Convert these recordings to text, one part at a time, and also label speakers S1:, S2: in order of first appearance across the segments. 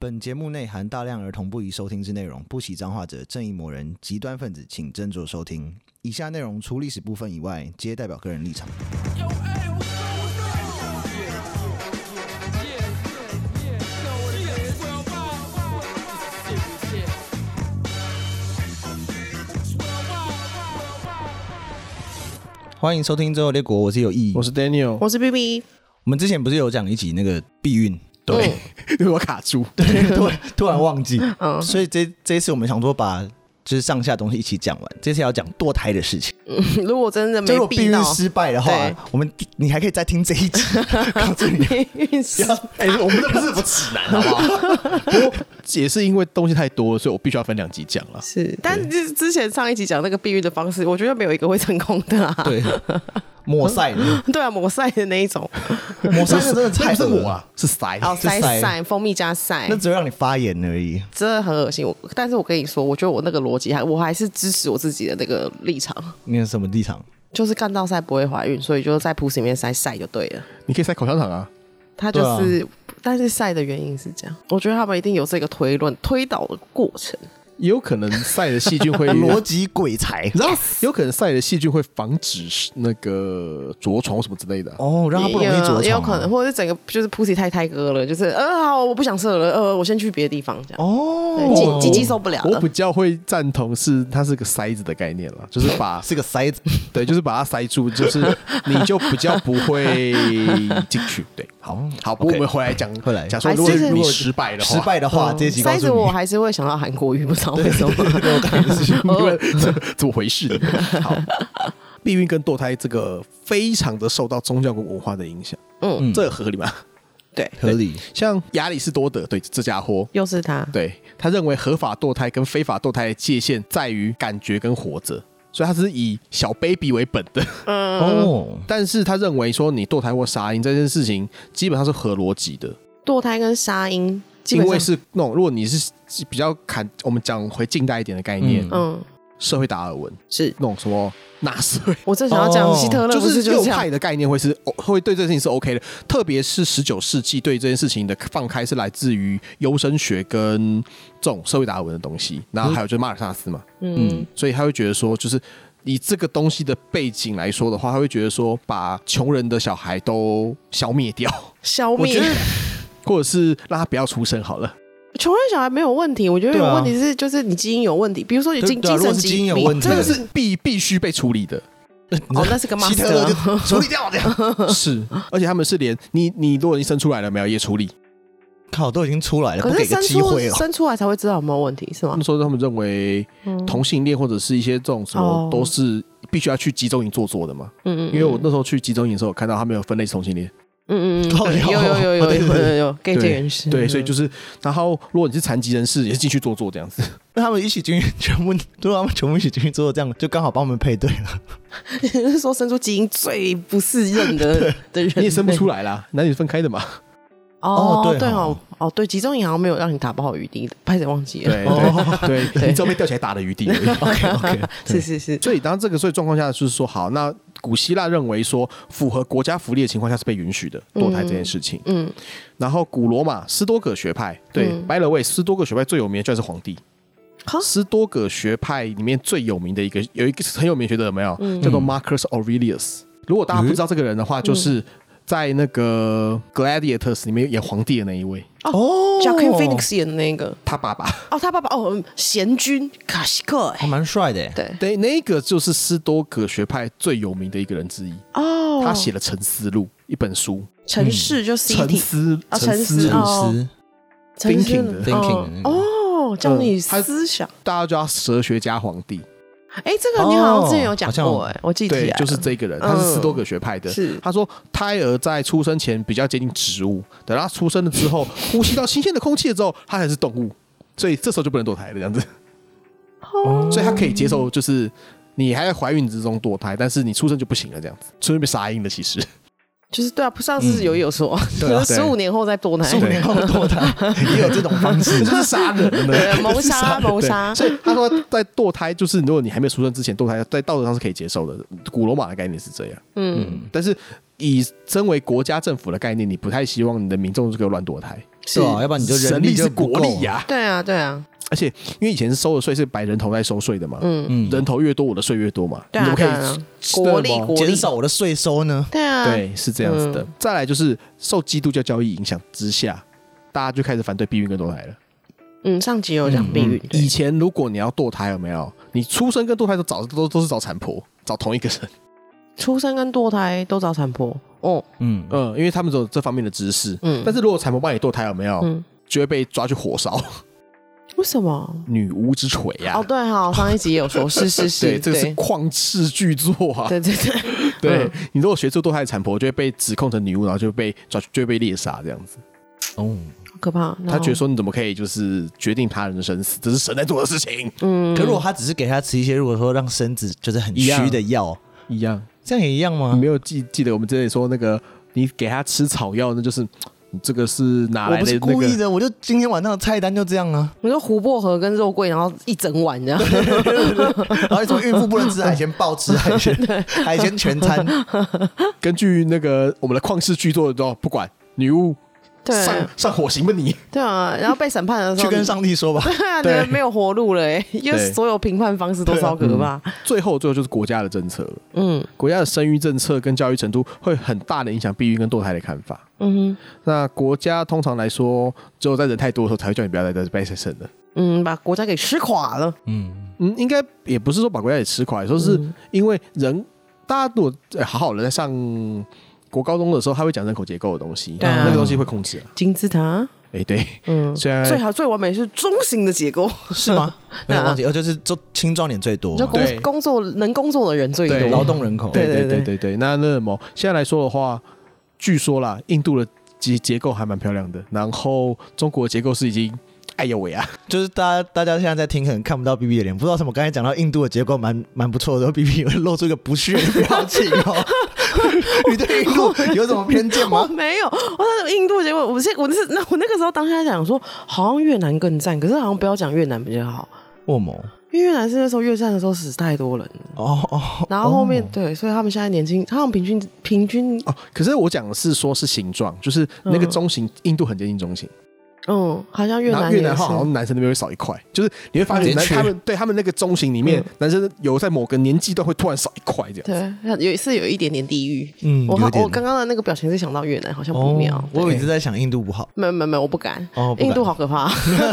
S1: 本节目内含大量儿童不宜收听之内容，不喜脏话者、正义魔人、极端分子，请斟酌收听。以下内容除历史部分以外，皆代表个人立场。欢迎收听《周游列国》，我是有意义。
S2: 我是 Daniel，
S3: 我是 B B，
S1: 我们之前不是有讲一集那个避孕，
S2: 对， 对我卡住，对，
S1: 突然突然忘记，
S3: 嗯
S1: 所以这这一次我们想说把就是上下东西一起讲完，这次要讲堕胎的事情。
S3: 如果真的
S1: 就如
S3: 没
S1: 果避
S3: 避
S1: 孕
S3: 到，
S1: 失败的话
S3: 对，
S1: 我们你还可以再听这一 集，告诉你。
S3: 运势
S2: 哎、我们这不是不指南，好不好？不过也是因为东西太多了，所以我必须要分两集讲了。
S3: 是， 但是之前上一集讲那个避孕的方式，我觉得没有一个会成功的啊。
S1: 对，抹塞的，
S3: 对啊，抹塞的那一种，
S1: 抹塞的真的太
S2: 那不是
S1: 恶
S2: 我，啊，是塞。
S3: 然后哦塞
S1: 塞
S3: 塞蜂蜜加塞
S1: 那，只会让你发炎而已。
S3: 真的很恶心。我但是我跟你说，我觉得我那个逻辑还，我还是支持我自己的那个立场，
S1: 你有什么立场？
S3: 就是干到塞不会怀孕，所以就在 p u 里面塞塞就对了。
S2: 你可以塞口香糖啊，
S3: 他就是，但是塞的原因是这样，我觉得他们一定有这个推论推导的过程。
S2: 也有可能塞的细菌 会
S1: 逻辑鬼才
S2: 然后有可能晒的细菌会防止那个着床什么之类的啊。
S1: 哦，让他不容易
S3: 也
S1: 着床啊，
S3: 也有可能，或者是整个就是 pussy 太太哥了，就是呃好，我不想射了，呃我先去别的地方这样，对
S1: 哦
S3: 鸡，鸡鸡受不了
S2: 我
S3: 了
S2: 比，较会赞同是它是个塞子的概念了，就是把
S1: 是个塞子。
S2: 对，就是把它塞住，就是你就比较不会进去。对，好好，不过
S1: OK
S2: 我们回来讲，
S1: 回来
S2: 假说
S3: 还是
S2: 如果
S3: 哎就是
S2: 如果失败的话，
S1: 失败的话，
S3: 嗯
S1: 这一集告
S3: 塞
S1: 诉
S3: 子我
S1: 你，
S3: 还是会想到韩国语，不知道为什么。 哦
S2: 你们怎怎么回事？你们好，避孕跟堕胎这个非常的受到宗教跟文化的影响，
S3: 嗯，
S2: 这合理吗？
S3: 对，
S1: 合理。
S2: 像亚里士多德，对这家伙，
S3: 又是他，
S2: 对他认为合法堕胎跟非法堕胎的界限在于感觉跟活着，所以他是以小 baby 为本的。
S3: 嗯
S1: 哦，
S2: 但是他认为说你堕胎或杀婴这件事情基本上是合逻辑的，
S3: 堕胎跟沙鹰，基
S2: 因
S3: 本
S2: 为
S3: 上，
S2: 是那种如果你是比较砍，我们讲回近代一点的概念，
S3: 嗯，
S2: 社会达尔文
S3: 是
S2: 那种什么纳粹。
S3: 我正想要讲
S1: 哦
S3: 希特勒
S2: 就
S3: 不
S2: 是
S3: 是
S2: 右
S3: 这
S2: 派
S3: 样，
S2: 的概念会是哦会对这件事情是 OK 的，特别是十九世纪对这件事情的放开是来自于优生学跟这种社会达尔文的东西，然后还有就是马尔萨斯嘛，
S3: 嗯，
S2: 所以他会觉得说，就是以这个东西的背景来说的话，他会觉得说把穷人的小孩都消灭掉，
S3: 消
S2: 我
S3: 灭
S2: 觉得或者是让他不要出生好 了。
S3: 穷人小孩没有问题，我觉得
S1: 对
S3: 有
S1: 啊
S3: 问题是就是你基因有问题，比如说你
S1: 对
S3: 精
S1: 对啊
S3: 精
S1: 如果
S3: 神
S1: 是基因
S3: 疾
S1: 有
S3: 病
S1: 问，题
S3: 这
S2: 这
S3: 个
S2: 个
S3: 是
S2: 是必必须被处理 的，
S3: 哦，那是个
S1: 希特勒就
S3: master，
S1: 处理掉这样，
S2: 是，而且他们是连你你如果你生出来了没有也处理，
S1: 靠，都已经出来 了，不
S3: 可
S1: 给
S3: 是
S1: 个
S3: 生
S1: 机
S3: 出
S1: 会哦。
S3: 生出来才会知道有没有问题是吗嗯
S2: 那？时候他们认为同性恋或者是一些这种什么
S3: 哦
S2: 都是必须要去集中营做做的嘛。
S3: 嗯嗯，
S2: 因为我那时候去集中营的时候，我看到他们有分类同性恋，
S3: 嗯嗯嗯，
S1: 靠腰
S3: 有有有有有有有有 gay 界人士，
S2: 对，所以就是，然后如果你是残疾人士，也是进去做做这 样子。
S1: 那他们一起进去，全部都让他们全部一起进去之后，这样就刚好帮我们配对 了。
S3: 你是说生出基因最不适应的的人，
S2: 你也生不出来啦，男女分开 的嘛。
S3: 哦
S1: 哦，对
S3: 对
S1: 哦
S3: 哦，哦对，集中营好像没有让你打不好余地，拍谁忘记了？
S2: 对
S1: 哦
S2: 对对，
S3: 对
S2: 你只有被吊起来打的余地而 已。
S1: OK OK，
S3: 是是是，
S2: 所以当这个所以状况下，就是说，好，那古希腊认为说符合国家福利的情况下是被允许的堕胎这件事情。
S3: 嗯，
S2: 然后古罗马斯多葛学派，对
S3: 嗯
S2: ，by the way，斯多葛学派最有名的就是皇帝。
S3: 哈
S2: 斯多葛学派里面最有名的一个有一个很有名的学者有没有？
S3: 嗯
S2: 叫做 Marcus Aurelius。如果大家不知道这个人的话，就是在那个 Gladiators 里面演皇帝的那一位，
S1: 哦
S3: j a c k Phoenix 演的那个，
S2: 他爸 爸。
S3: 哦，他爸爸哦，嗯贤君卡西克，
S1: 还蛮帅的耶。
S3: 对，
S2: 对，那个就是斯多葛学派最有名的一个人之一。
S3: 哦，
S2: 他写了《沉思录》一本书，
S3: 城市就 C
S2: 沉
S3: T
S2: 思，
S3: 啊
S2: 沉
S3: 沉
S2: 思
S3: 思
S2: 录
S3: 哦，
S2: ，thinking 的
S1: thinking 的那个
S3: 哦，教你
S2: 嗯他
S3: 思想，
S2: 大家叫他哲学家皇帝。
S3: 哎，这个你好像之前有讲
S1: 哦好
S3: 过，
S1: 像
S3: 哎，我记起
S2: 对
S3: 来，了，
S2: 就是这个人，他是
S3: 嗯
S2: 斯多葛学派的。
S3: 是
S2: 他说胎儿在出生前比较接近植物，等到他出生了之后，呼吸到新鲜的空气了之后，他才是动物，所以这时候就不能堕胎了，这样子。
S3: 哦
S2: 所以他可以接受，就是你还在怀孕之中堕胎，但是你出生就不行了，这样子，出生被杀婴了，其实。
S3: 就是对啊，不上次有有说，
S1: 对啊
S3: 十五年后再堕胎，
S1: 十五年后堕胎也有这种方 式，
S2: 这是杀人
S3: 对
S2: 的。
S3: 谋杀谋 杀，
S2: 所以他说，在堕胎就是，如果你还没有出生之前堕胎，在道德上是可以接受的。古罗马的概念是这样，
S3: 嗯，
S2: 但是以身为国家政府的概念，你不太希望你的民众这个乱堕胎。
S1: 是吧？啊要不然你就人
S2: 神力
S1: 就是不
S2: 国
S1: 够
S2: 力呀、
S3: 对啊，对啊，
S2: 而且因为以前是收的税是百人头在收税的嘛，
S3: 嗯，
S1: 嗯，
S2: 人头越多我的税越多嘛，
S3: 对啊
S2: 你
S3: 对
S2: 可以
S3: 啊
S2: 吃
S3: 国
S2: 吃
S3: 力
S2: 得饱
S3: 国
S1: 减少我的税收呢？
S3: 对啊，
S2: 对，是这样子的。
S3: 嗯
S2: 再来就是受基督教教义影响之下，大家就开始反对避孕跟堕胎了。
S3: 嗯，上集有讲避孕，对
S2: 嗯以前如果你要堕胎，有没有？你出生跟堕胎都找都都是找产婆，找同一个人。
S3: 出生跟堕胎都找产婆，哦，
S1: 嗯，
S2: 嗯，因为他们都有这方面的知识。
S3: 嗯，
S2: 但是如果产婆帮你堕胎，有没有？
S3: 嗯，
S2: 就会被抓去火烧，
S3: 为什么？
S2: 女巫之锤呀、
S3: 哦，对哈，上一集也有说，是是是，
S2: 啊对，这个是旷世巨作啊！
S3: 对对对，
S2: 对
S3: 嗯
S2: 你如果学出堕胎的产婆，就会被指控成女巫，然后就被抓，就会被猎杀这样子。
S1: 哦，
S2: 嗯
S3: 好可怕。然
S2: 他
S3: 后
S2: 觉得，说，你怎么可以就是决定他人的生死？这是神在做的事情，
S3: 嗯，
S1: 可如果他只是给他吃一些，如果说让身子就是很
S2: 一样
S1: 虚的药，
S2: 一样。
S1: 这样也一样
S2: 你
S1: 吗
S2: 没？有记记得我们之前说那个，你给他吃草药，那就是你这个是哪
S1: 我
S2: 来
S1: 不
S2: 的
S1: 是
S2: 那
S1: 故意
S2: 个？
S1: 的，我就今天晚上的菜单就这样啊。
S3: 你说胡薄荷跟肉桂，然后一整碗这样，
S1: 然后什么孕妇不能吃海鲜，暴吃海鲜， 海鲜全餐。
S2: 根据那个我们的旷世巨作，都不管女巫上
S3: 对
S2: 上火刑吧你。
S3: 对啊，然后被审判的时
S1: 去
S3: 候，
S1: 跟上帝说吧。
S3: 对啊，你
S2: 对
S3: 们没有活路了欸，因为
S2: 对
S3: 所有评判方式都超可怕。
S2: 最后，最后就是国家的政策了。
S3: 嗯
S2: 国家的生育政策跟教育程度会很大的影响避孕跟堕胎的看法。
S3: 嗯哼
S2: 那国家通常来说，只有在人太多的时候才会叫你不要再在被生的。
S3: 嗯，把国家给吃垮了。
S1: 嗯，
S2: 嗯，应该也不是说把国家也吃垮，说是因为人，大家如果、呃好好的在上国高中的时候，他会讲人口结构的东西，
S3: 对啊
S2: 那个东西会控制啊。
S3: 金字塔，
S2: 哎、对，
S3: 嗯，
S2: 虽然
S3: 最好最完美是中型的结构，
S1: 是吗？没 有忘记，哦，就是就青壮年最多
S3: 就
S1: 嘛，
S3: 工
S2: 对
S3: 工作能工作的人最
S2: 对
S1: 劳
S3: 多。
S1: 动人口。
S2: 对
S3: 对
S2: 对
S3: 对
S2: 对对对，那那什么，现在来说的话，据说啦，印度的结结构还蛮漂亮的，然后中国的结构是已经，哎呦喂啊，
S1: 就是大家大家现在在听，可能看不到 B B 的脸，不知道什么。刚才讲到印度的结构蛮蛮不错的，B B 有露出一个不屑的表情哦。你对印度有什么偏见
S3: 我
S1: 吗？
S3: 没有，我那印度结果，我现我那是那我 那个时候当下想说，好像越南更赞，可是好像不要讲越南比较好，
S1: 我某
S3: 因为越南是那时候越战的时候死太多人了，
S1: 哦哦，
S3: 然后后面、
S1: 哦
S3: 对，所以他们现在年轻，他们平均平均
S2: 哦，可是我讲的是说是形状，就是那个中型，印度很接近中型，
S3: 嗯，好像越
S2: 然后
S3: 南
S2: 越
S3: 也
S2: 南好
S3: 是
S2: 像男生那边会少一块，就是你会发
S1: 直接
S2: 现男
S1: 去
S2: 他们对他们那个中型里面
S3: 嗯，
S2: 男生有在某个年纪段会突然少一块这样。
S3: 对，有是有一点点地域。
S1: 嗯，
S3: 我
S1: 有
S3: 好
S1: 点
S3: 我刚刚的那个表情是想到越南，好像不哎妙
S1: 哦。，我一直在想印度不好，
S3: 没有没有没有，我不敢。
S1: 哦不敢
S3: 印度好可怕，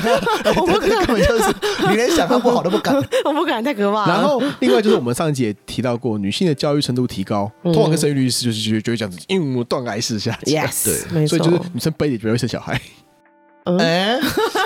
S3: 我不
S1: 根
S3: 敢，
S1: 本就是你连想它不好都不敢。
S3: 我不敢，太可怕了。
S2: 然后，另外就是我们上一集也提到过，女性的教育程度提高，通常跟生育率是就是就就会这样子，因为我断崖式下降。
S3: ，yes，没
S2: 啊所
S3: 错，
S2: 以就是女生背也不会生小孩。
S3: 嗯，
S1: 哎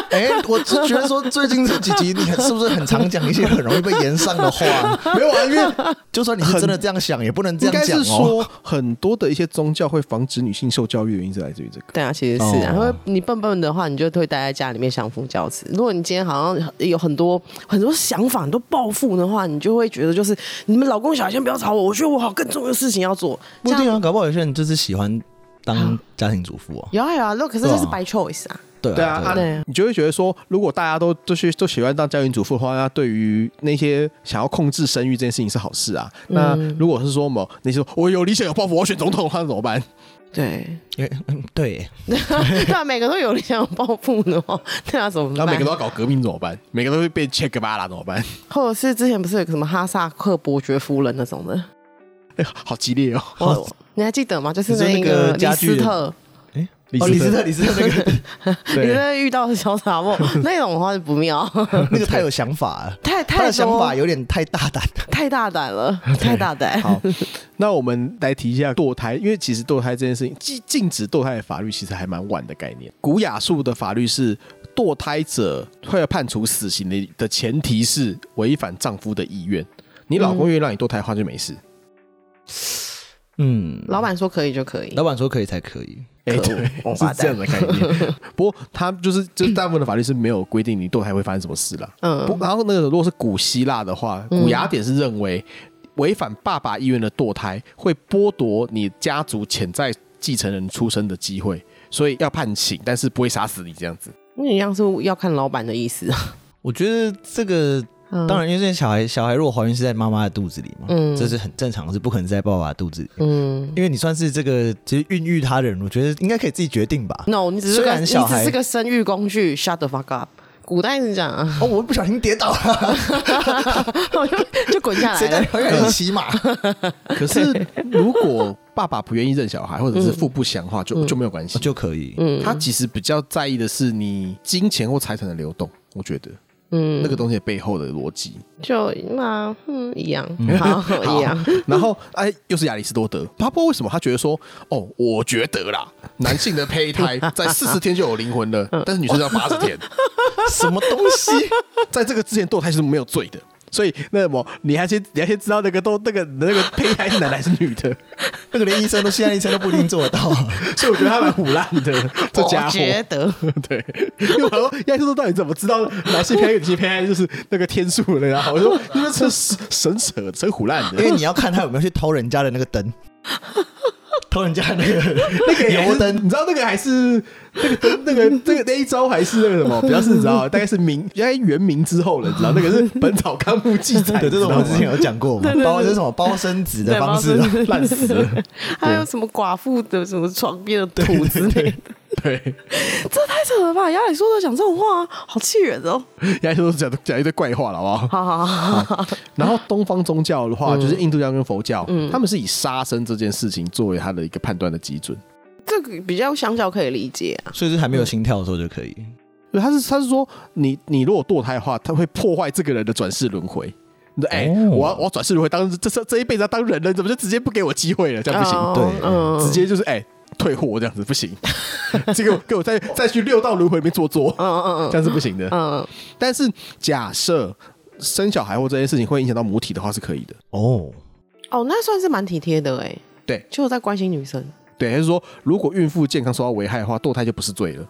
S1: 哎，我是觉得说最近这几集你是不是很常讲一些很容易被延上的话？
S2: 没有啊， 因为
S1: 就算你是真的这样想，也不能这
S2: 应该
S1: 样讲
S2: 是
S1: 哦。
S2: 说很多的一些宗教会防止女性受教育的原因是来自于这个。
S3: 对啊，其实是啊，因
S1: 哦
S3: 为你笨笨的话，你就会待在家里面相夫教子。如果你今天好像有很多很多想法、很多抱负的话，你就会觉得就是你们老公小孩先不要吵我，我觉得我好更重要的事情要做。
S1: 不一
S3: 这
S1: 定
S3: 样
S1: 啊，搞不好有些人就是喜欢当家庭主妇哦。
S3: 有啊有啊，那可是这
S1: 对
S3: 是
S1: 啊
S3: by choice 啊，
S1: 对
S2: 对啊，
S1: 啊，
S2: 啊
S1: 啊
S3: 对啊
S2: 你就会觉得说，如果大家都都去都喜欢当家庭主妇的话，那对于那些想要控制生育这件事情是好事啊。那如果是说某那些说我有理想有抱负，我要选总统的话，那怎么办？
S3: 对，
S1: 嗯对，
S3: 对啊，每个都有理想有抱负的话，对啊，怎么
S2: 然
S3: 办？
S2: 后每个都要搞革命怎么办？每个都会被切格巴拉怎么办？
S3: 或者是之前不是有个什么哈萨克伯爵夫人那种的，
S2: 哎呀，好激烈哦！
S1: 好
S3: 我你还记得吗？就是
S1: 你说那
S3: 那
S1: 个
S3: 个李
S1: 家具
S3: 斯
S1: 的
S3: 特，
S1: 哦，李斯特，李斯特那个
S3: 你
S2: 对
S3: 在遇到的小 傻帽那种的话就不妙，
S1: 那个太有想法了，
S3: 太
S1: 他
S3: 太
S1: 的想
S3: 多
S1: 法有点太大胆。
S3: 太大胆了，太大胆。
S2: 好，那我们来提一下堕胎，因为其实堕胎这件事情，禁禁止堕胎的法律其实还蛮晚的概念。古雅术的法律是，堕胎者会判处死刑的的前提是违反丈夫的意愿。你老公愿意让你堕胎的话就没事。
S1: 嗯，
S3: 老板说可以就可以，
S1: 老板说可以才可以。
S2: 哎、
S3: 可恶
S2: 对，
S3: 王八
S2: 是
S3: 蛋
S2: 这样的概念。不过他就是，就是大部分的法律是没有规定你堕胎会发生什么事了。不，
S3: 嗯，
S2: 然后那个如果是古希腊的话，
S3: 嗯
S2: 古雅典是认为违反爸爸意愿的堕胎会剥夺你家族潜在继承人出生的机会，所以要判刑，但是不会杀死你这样子。
S3: 那一样是要看老板的意思啊。
S1: 我觉得这个
S3: 嗯
S1: 当然，因为这些小孩小孩如果怀孕是在妈妈的肚子里嘛，
S3: 嗯
S1: 这是很正常，是不可能是在爸爸的肚子里。
S3: 嗯
S1: 因为你算是这个其实孕育他人，我觉得应该可以自己决定吧。
S3: ，no，你只是
S1: 虽
S3: 个
S1: 然
S3: 你
S1: 小
S3: 只
S1: 孩
S3: 是个生育工具，shut the fuck up。古代是这样啊，
S1: 哦，我不小心跌倒了，哎
S3: 我就就滚下
S1: 谁
S3: 来
S1: 带
S3: 了
S1: 你。怀 孕骑马？
S2: 可是如果爸爸不愿意认小孩，或者
S3: 嗯
S2: 是父不详的话，就就没有关系。
S1: 就可以。
S2: 他其实比较在意的是你金钱或财产的流动，我觉得
S3: 嗯，
S2: 那个东西背后的逻辑。
S3: 就那嗯一样，好一样。
S2: 然后哎，又是亚里士多德，他不知道为什么他觉得说，哦，我觉得啦，男性的胚胎在四十天就有灵 魂了，
S3: 嗯
S2: 但是女生要八十天，
S1: 什么东西？
S2: 在这个之前堕胎是没有罪的。所以那什么，你还先你还先知道那个都那个那个胚胎是男的还是女 的，
S1: 那个连医生都现在医生都不一定做得 到。
S2: 所以我觉得他蛮胡烂的，这家伙。
S3: 我觉得，
S2: 对，因为我说亚里士多德到底怎么知道哪些偏爱，哪些偏爱就是那个天数了？然后我说你们这是神扯扯虎烂
S1: 因
S2: 的，
S1: 为你要看他有没有去偷人家的那个 灯，偷人家的那个那个油
S2: 还是
S1: 灯。
S2: 你知道那个还是那个灯那个那个那一招还是那个什么，比较是你知道，大概是明应该元明之后了，你知道那个是《本草纲目》记载的，
S1: 对，这是我们之前有
S2: 有
S1: 讲过嘛，包这是什么包生子的
S3: 对
S1: 方
S3: 包
S1: 式
S3: 生
S1: 啊，
S3: 子
S2: 烂死了，
S3: 还有什么寡妇的什么床边的土之类的，
S2: 对，
S3: 这太扯了吧！亚里士多德讲这种话，啊好气人哦。
S2: 亚里士多德讲讲一堆怪话了，好不好？
S3: 好好好好，嗯
S2: 然后东方宗教的话，
S1: 嗯
S2: 就是印度教跟佛教，他们是以杀生这件事情作为他的一个判断的基准。
S3: 这个比较相较可以理解啊。
S1: 所以是还没有心跳的时候就可以。
S2: 对，他是他是说你你如果堕胎的话，他会破坏这个人的转世轮回。你说哎、
S1: 哦
S2: 我要我要转世轮回当这这这一辈子要当人了，怎么就直接不给我机会了？这样不行，
S3: 哦
S1: 对
S3: 嗯
S2: 直接就是哎、退货这样子不行， 这个给我再再去六道轮回里面做作，
S3: 嗯嗯
S2: 这样是不行的。
S3: 嗯
S2: 但是假设生小孩或这件事情会影响到母体的话是可以的。
S1: 哦，
S3: 哦，那算是蛮体贴的哎。
S2: 对
S3: 就在关心女生，
S2: 对，还是说如果孕妇健康受到危害的话，堕胎就不是罪了？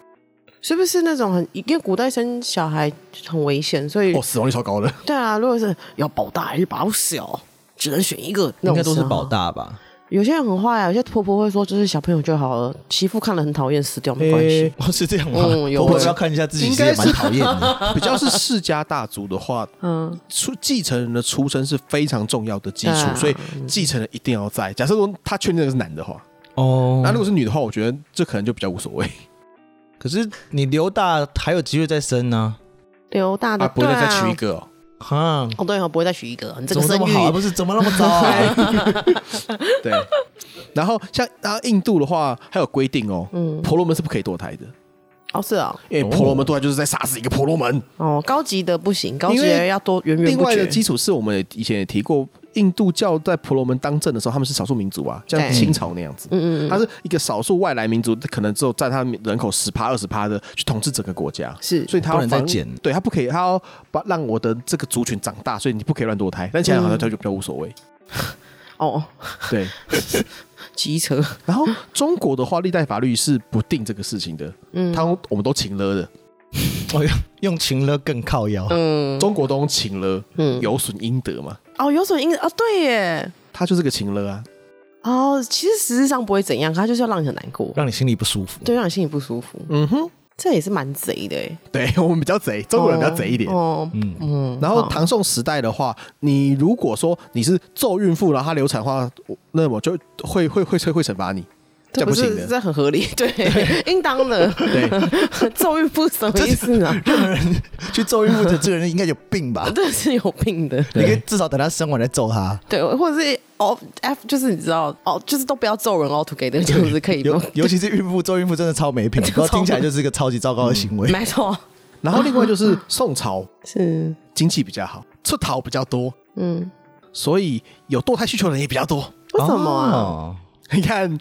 S3: 是不是那种很？因为古代生小孩很危险，所以
S2: 哦，死亡率超高的。
S3: 对啊，如果是要保大还是保小，只能选一个。
S1: 应该都是保
S3: 大。
S1: 大吧？
S3: 有些人很坏啊，有些婆婆会说，就是小朋友就好了，媳妇看了很讨厌，死掉没关系。
S1: 诶哦，是这样吗？
S3: 嗯有
S1: 婆婆
S3: 欸
S1: 要看一下自己，
S2: 应
S1: 其实
S2: 该
S1: 也
S2: 是
S1: 蛮讨厌的。
S2: 比较是世家大族的话，
S3: 嗯，
S2: 出继承人的出身是非常重要的基础，
S3: 啊
S2: 所以继承人一定要在。假设说他确定那个是男的话，
S3: 嗯
S1: 哦
S2: 那、如果是女的话，我觉得这可能就比较无所谓。
S1: 可是你留大还有机会再生呢、
S3: 留大的、
S2: 啊，不会
S3: 对啊
S2: 再娶一个、哦，
S1: 哈，
S3: 哦，对哦，不会再娶一个，你这
S1: 怎么
S3: 个
S1: 那
S3: 生
S1: 么
S3: 育
S1: 好、啊？不是怎么那么糟、 啊？
S2: 对。然后像然后印度的话，还有规定哦，
S3: 嗯
S2: 婆罗门是不可以堕胎的，
S3: 哦是哦，
S2: 因为婆罗门堕胎就是在杀死一个婆罗门。
S3: 哦高级的不行，高级
S2: 因
S3: 的
S2: 为
S3: 要多源源
S2: 另
S3: 不
S2: 外的
S3: 绝。
S2: 基础是我们以前也提过，印度教在婆罗门当政的时候，他们是少数民族啊，像
S3: 对
S2: 清朝那样子，
S3: 嗯嗯嗯，
S2: 他是一个少数外来民族，可能只有占他们人口十趴二十趴的去统治整个国家，
S3: 是
S2: 所以他要
S1: 不能再
S2: 防
S1: 减
S2: 对他不可以，他要把让我的这个族群长大，所以你不可以乱堕胎。但其他好
S3: 嗯
S2: 像他就比较无所谓，
S3: 哦
S2: 对。
S3: 机车，
S2: 然后中国的话，历代法律是不定这个事情的，
S3: 嗯
S2: 他我们都请了的，
S1: 哦，用用情了更靠腰。
S3: 嗯
S2: 中国都用请了，
S3: 嗯，
S2: 有损阴德嘛，
S3: 哦有损因啊对耶，
S2: 他就是个请了啊。
S3: 哦其实实质上不会怎样，他就是要让你很难过，
S1: 让你心里不舒服。
S3: 对，让你心里不舒服，
S2: 嗯哼，
S3: 这也是蛮贼的哎，
S2: 对我们比较贼，中国人比较贼一点。
S3: 哦
S1: 嗯
S3: 嗯，
S2: 然后
S3: 好
S2: 唐宋时代的话，你如果说你是咒孕妇，然后她流产的话，我那我就会会会会会惩罚你，这
S3: 这
S2: 样不
S3: 不
S2: 行
S3: 是
S2: 的。
S3: 这很合理， 对，应当的，
S2: 对，
S3: 咒语不什么意思啊？？
S1: 任何人 去揍孕妇的这个人应该有病吧
S3: 这是有病的。
S1: 你可以至少等他生完再揍他。
S3: 对，或者是 all f 就是你知道哦，就是都不要揍人 all together，这样子可以
S1: 尤
S3: 吗？
S1: 尤其是孕妇揍孕妇真的超没品，不
S3: 就
S1: 过
S3: 超
S1: 听起来就是一个超级糟糕的行为。
S3: 没错，
S2: 然后另外就是宋朝
S3: 是
S2: 经济比较好，出逃比较多，
S3: 嗯，
S2: 所以有堕胎需求的人也比较多。
S3: 为什么啊？
S1: 哦
S2: 你看，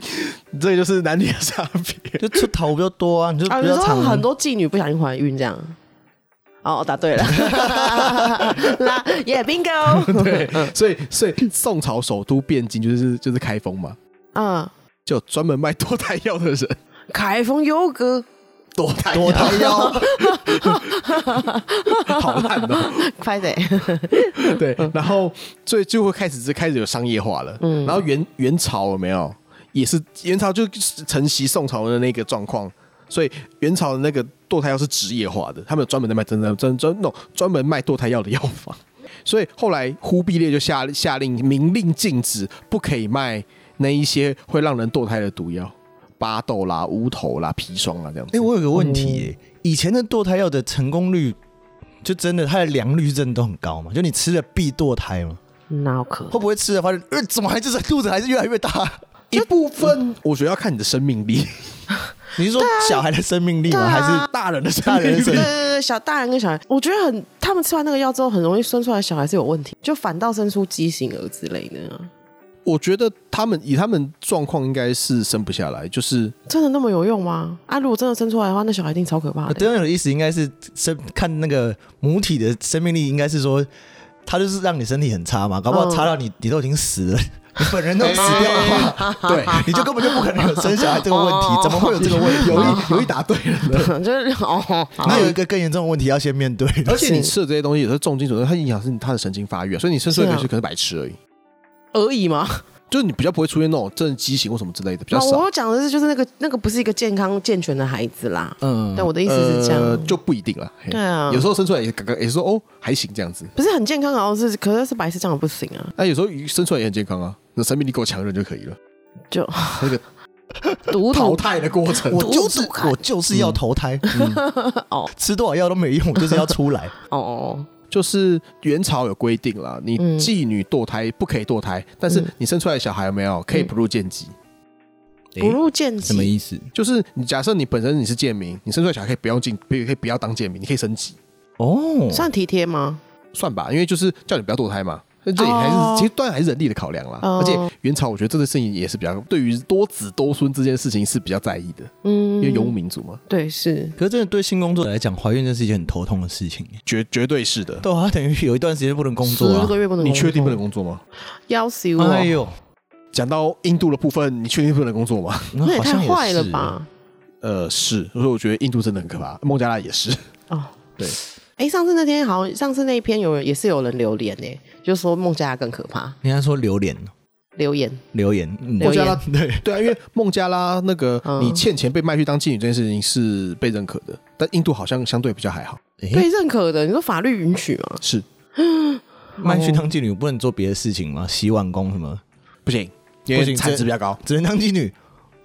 S2: 这就是男女的差别。
S1: 就出头比较多啊，你就
S3: 啊，
S1: 比
S3: 你
S1: 较
S3: 说
S1: 常
S3: 很多妓女不小心怀孕这样。哦，答 对了，啦耶，bingo，
S2: 对，所以所以宋朝首都汴京就是就是开封嘛，
S3: 嗯，
S2: 就有专门卖堕胎药的人，
S3: 凯丰优格，
S2: 堕胎
S1: 多胎腰，
S2: 好烂哦、
S3: 快点，
S2: 对，然后最就会开始是开始有商业化了。嗯，然后元元朝有没有也是元朝就是承袭宋朝的那个状况，所以元朝的那个堕胎药是职业化的，他们有专门在卖真的专专那种专门卖堕胎药的药房。 所以后来忽必烈就下下令明令禁止，不可以卖那一些会让人堕胎的毒药，巴豆啦、乌头啦、砒霜啦这样
S1: 哎、
S2: 子。
S1: 我有个问题、耶以前的堕胎药的成功率，就真的它的良率真的都很高嘛？就你吃了必堕胎吗？
S3: 那有可能
S1: 会不会吃了发现，呃，怎么还是肚子还是越来越大？
S2: 一部分我觉得要看你的生命力，
S1: 你是说小孩的生命力
S3: 啊对
S1: 吗？
S3: 啊
S1: 还是
S2: 大人的生
S1: 大
S2: 命
S1: 人
S2: 力
S1: 的。生
S3: 对
S1: 命
S3: 对对，对小大人跟小孩，我觉得很，他们吃完那个药之后，很容易生出来小孩是有问题，就反倒生出畸形儿之类的啊、
S2: 我觉得他们以他们状况应该是生不下来，就是
S3: 真的那么有用吗？啊，如果真的生出来的话，那小孩一定超可怕
S1: 我
S3: 的。
S1: 啊 对，那的意思应该是生看那个母体的生命力，应该是说它就是让你身体很差嘛，搞不好
S3: 嗯
S1: 差到你、你都已经死了，你本人都死掉的话，
S2: 对，
S1: 你就根本就不可能有生小孩这个问题，
S3: 哦
S1: 怎么会有这个问 题？
S2: 有一有一答对了。
S3: 就是哦，好
S1: 那有一个更严重的问题要先面对了
S2: 而且你
S3: 是
S2: 吃的这些东西，有时候重金属，它影响是你它的神经发育、啊，所以你生出来
S3: 是啊
S2: 可能是可能是白痴而已，
S3: 而已嘛。
S2: 就是你比较不会出现那种真的畸形或什么之类的，比较
S3: 那
S2: 少
S3: 啊我。要讲的是，就是那个那个不是一个健康健全的孩子啦。
S2: 嗯
S3: 但我的意思是这样
S2: 呃、就不一定了。嘿
S3: 对啊
S2: 有时候生出来也刚刚也是说哦还行这样子，
S3: 不是很健康，然后是，可是是白痴，这样也不行啊！
S2: 那有时候生出来也很健康啊，那生命力够强韧就可以了。
S3: 就
S2: 那个
S3: 毒
S2: 淘
S3: 毒
S2: 汰的过程，
S1: 我就是
S3: 毒毒看
S1: 我就是要投胎，
S2: 嗯
S3: 哦
S1: 吃多少药都没用，我就是要出来。
S3: 哦，
S2: 就是元朝有规定啦，你
S3: 嗯
S2: 妓女堕胎不可以堕胎，但是
S3: 嗯
S2: 你生出来的小孩有没有可以不入贱籍？
S3: 不入见
S4: 什么
S3: 籍，
S4: 意思？
S2: 就是你假设你本身你是贱民，你生出来小孩可以不用进，可以可以不要当贱民，你可以升级，
S1: 哦，
S3: 算体贴吗？
S2: 算吧，因为就是叫你不要堕胎嘛。那这也还是、
S3: 哦
S2: 其实当然还是人力的考量啦。
S3: 哦
S2: 而且元朝我觉得这个事情也是比较对于多子多孙这件事情是比较在意的，
S3: 嗯
S2: 因为游牧民族嘛，
S3: 对是，
S1: 可是真的对性工作者来讲，怀孕这是一件很头痛的事情耶。
S2: 绝绝对是的。
S1: 对啊，等于有一段时间不能工作
S3: 十
S1: 啊
S3: 个。月不能，
S2: 你确定不能？工作吗？
S3: 要死我！
S1: 哎呦，
S2: 讲到印度的部分，你确定不能工作吗？
S1: 那
S3: 那也
S1: 好
S3: 太
S1: 像也
S3: 坏了
S1: 是
S3: 吧！
S2: 呃，是，所以我觉得印度真的很可怕，孟加拉也是。
S3: 哦，
S2: 对。
S3: 哎，上次那天好像上次那一篇有人也是有人留言呢、就说孟加拉更可怕。
S1: 人家说榴莲，
S3: 留言
S1: 榴莲，嗯
S3: 榴
S2: 孟加
S3: 莲
S2: 拉
S1: 对，
S2: 对啊，因为孟加拉那个
S3: 嗯
S2: 你欠钱被卖去当妓女这件事情是被认可的，但印度好像相对比较还好。
S1: 诶
S3: 被认可的，你说法律允许吗？
S2: 是
S1: 卖
S3: 哦
S1: 去当妓女不能做别的事情吗？洗碗工什么，
S2: 不行，因为
S1: 不行
S2: 产值
S1: 这
S2: 比较高。
S1: 只能当妓女。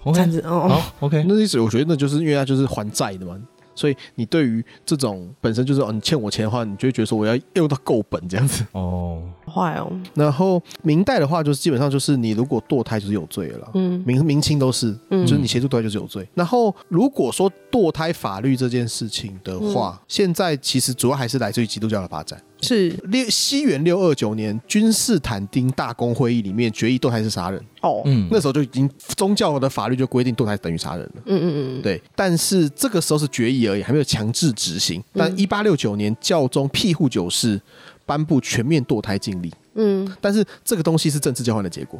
S3: 这
S1: OK，
S3: 样子哦，
S1: 好，OK，
S2: 那意思我觉得那就是因为它就是还债的嘛，所以你对于这种本身就是哦你欠我钱的话，你就会觉得说我要用到够本这样子。
S1: 哦，
S3: 坏哦，
S2: 然后明代的话，就是基本上就是你如果堕胎就是有罪了啦。
S3: 嗯
S2: 明明清都是，
S3: 嗯
S2: 就是你协助堕胎就是有罪。然后如果说堕胎法律这件事情的话，现在其实主要还是来自于基督教的发展。
S3: 是
S2: 六西元六二九年君士坦丁大公会议里面决议堕胎是杀人，
S3: 哦，嗯
S1: 嗯，
S2: 那时候就已经宗教的法律就规定堕胎等于杀人了。
S3: 嗯嗯嗯，
S2: 对，但是这个时候是决议而已，还没有强制执行。
S1: 嗯
S2: 但一八六九年，教宗庇护九世颁布全面堕胎禁令，
S3: 嗯，
S2: 但是这个东西是政治交换的结果。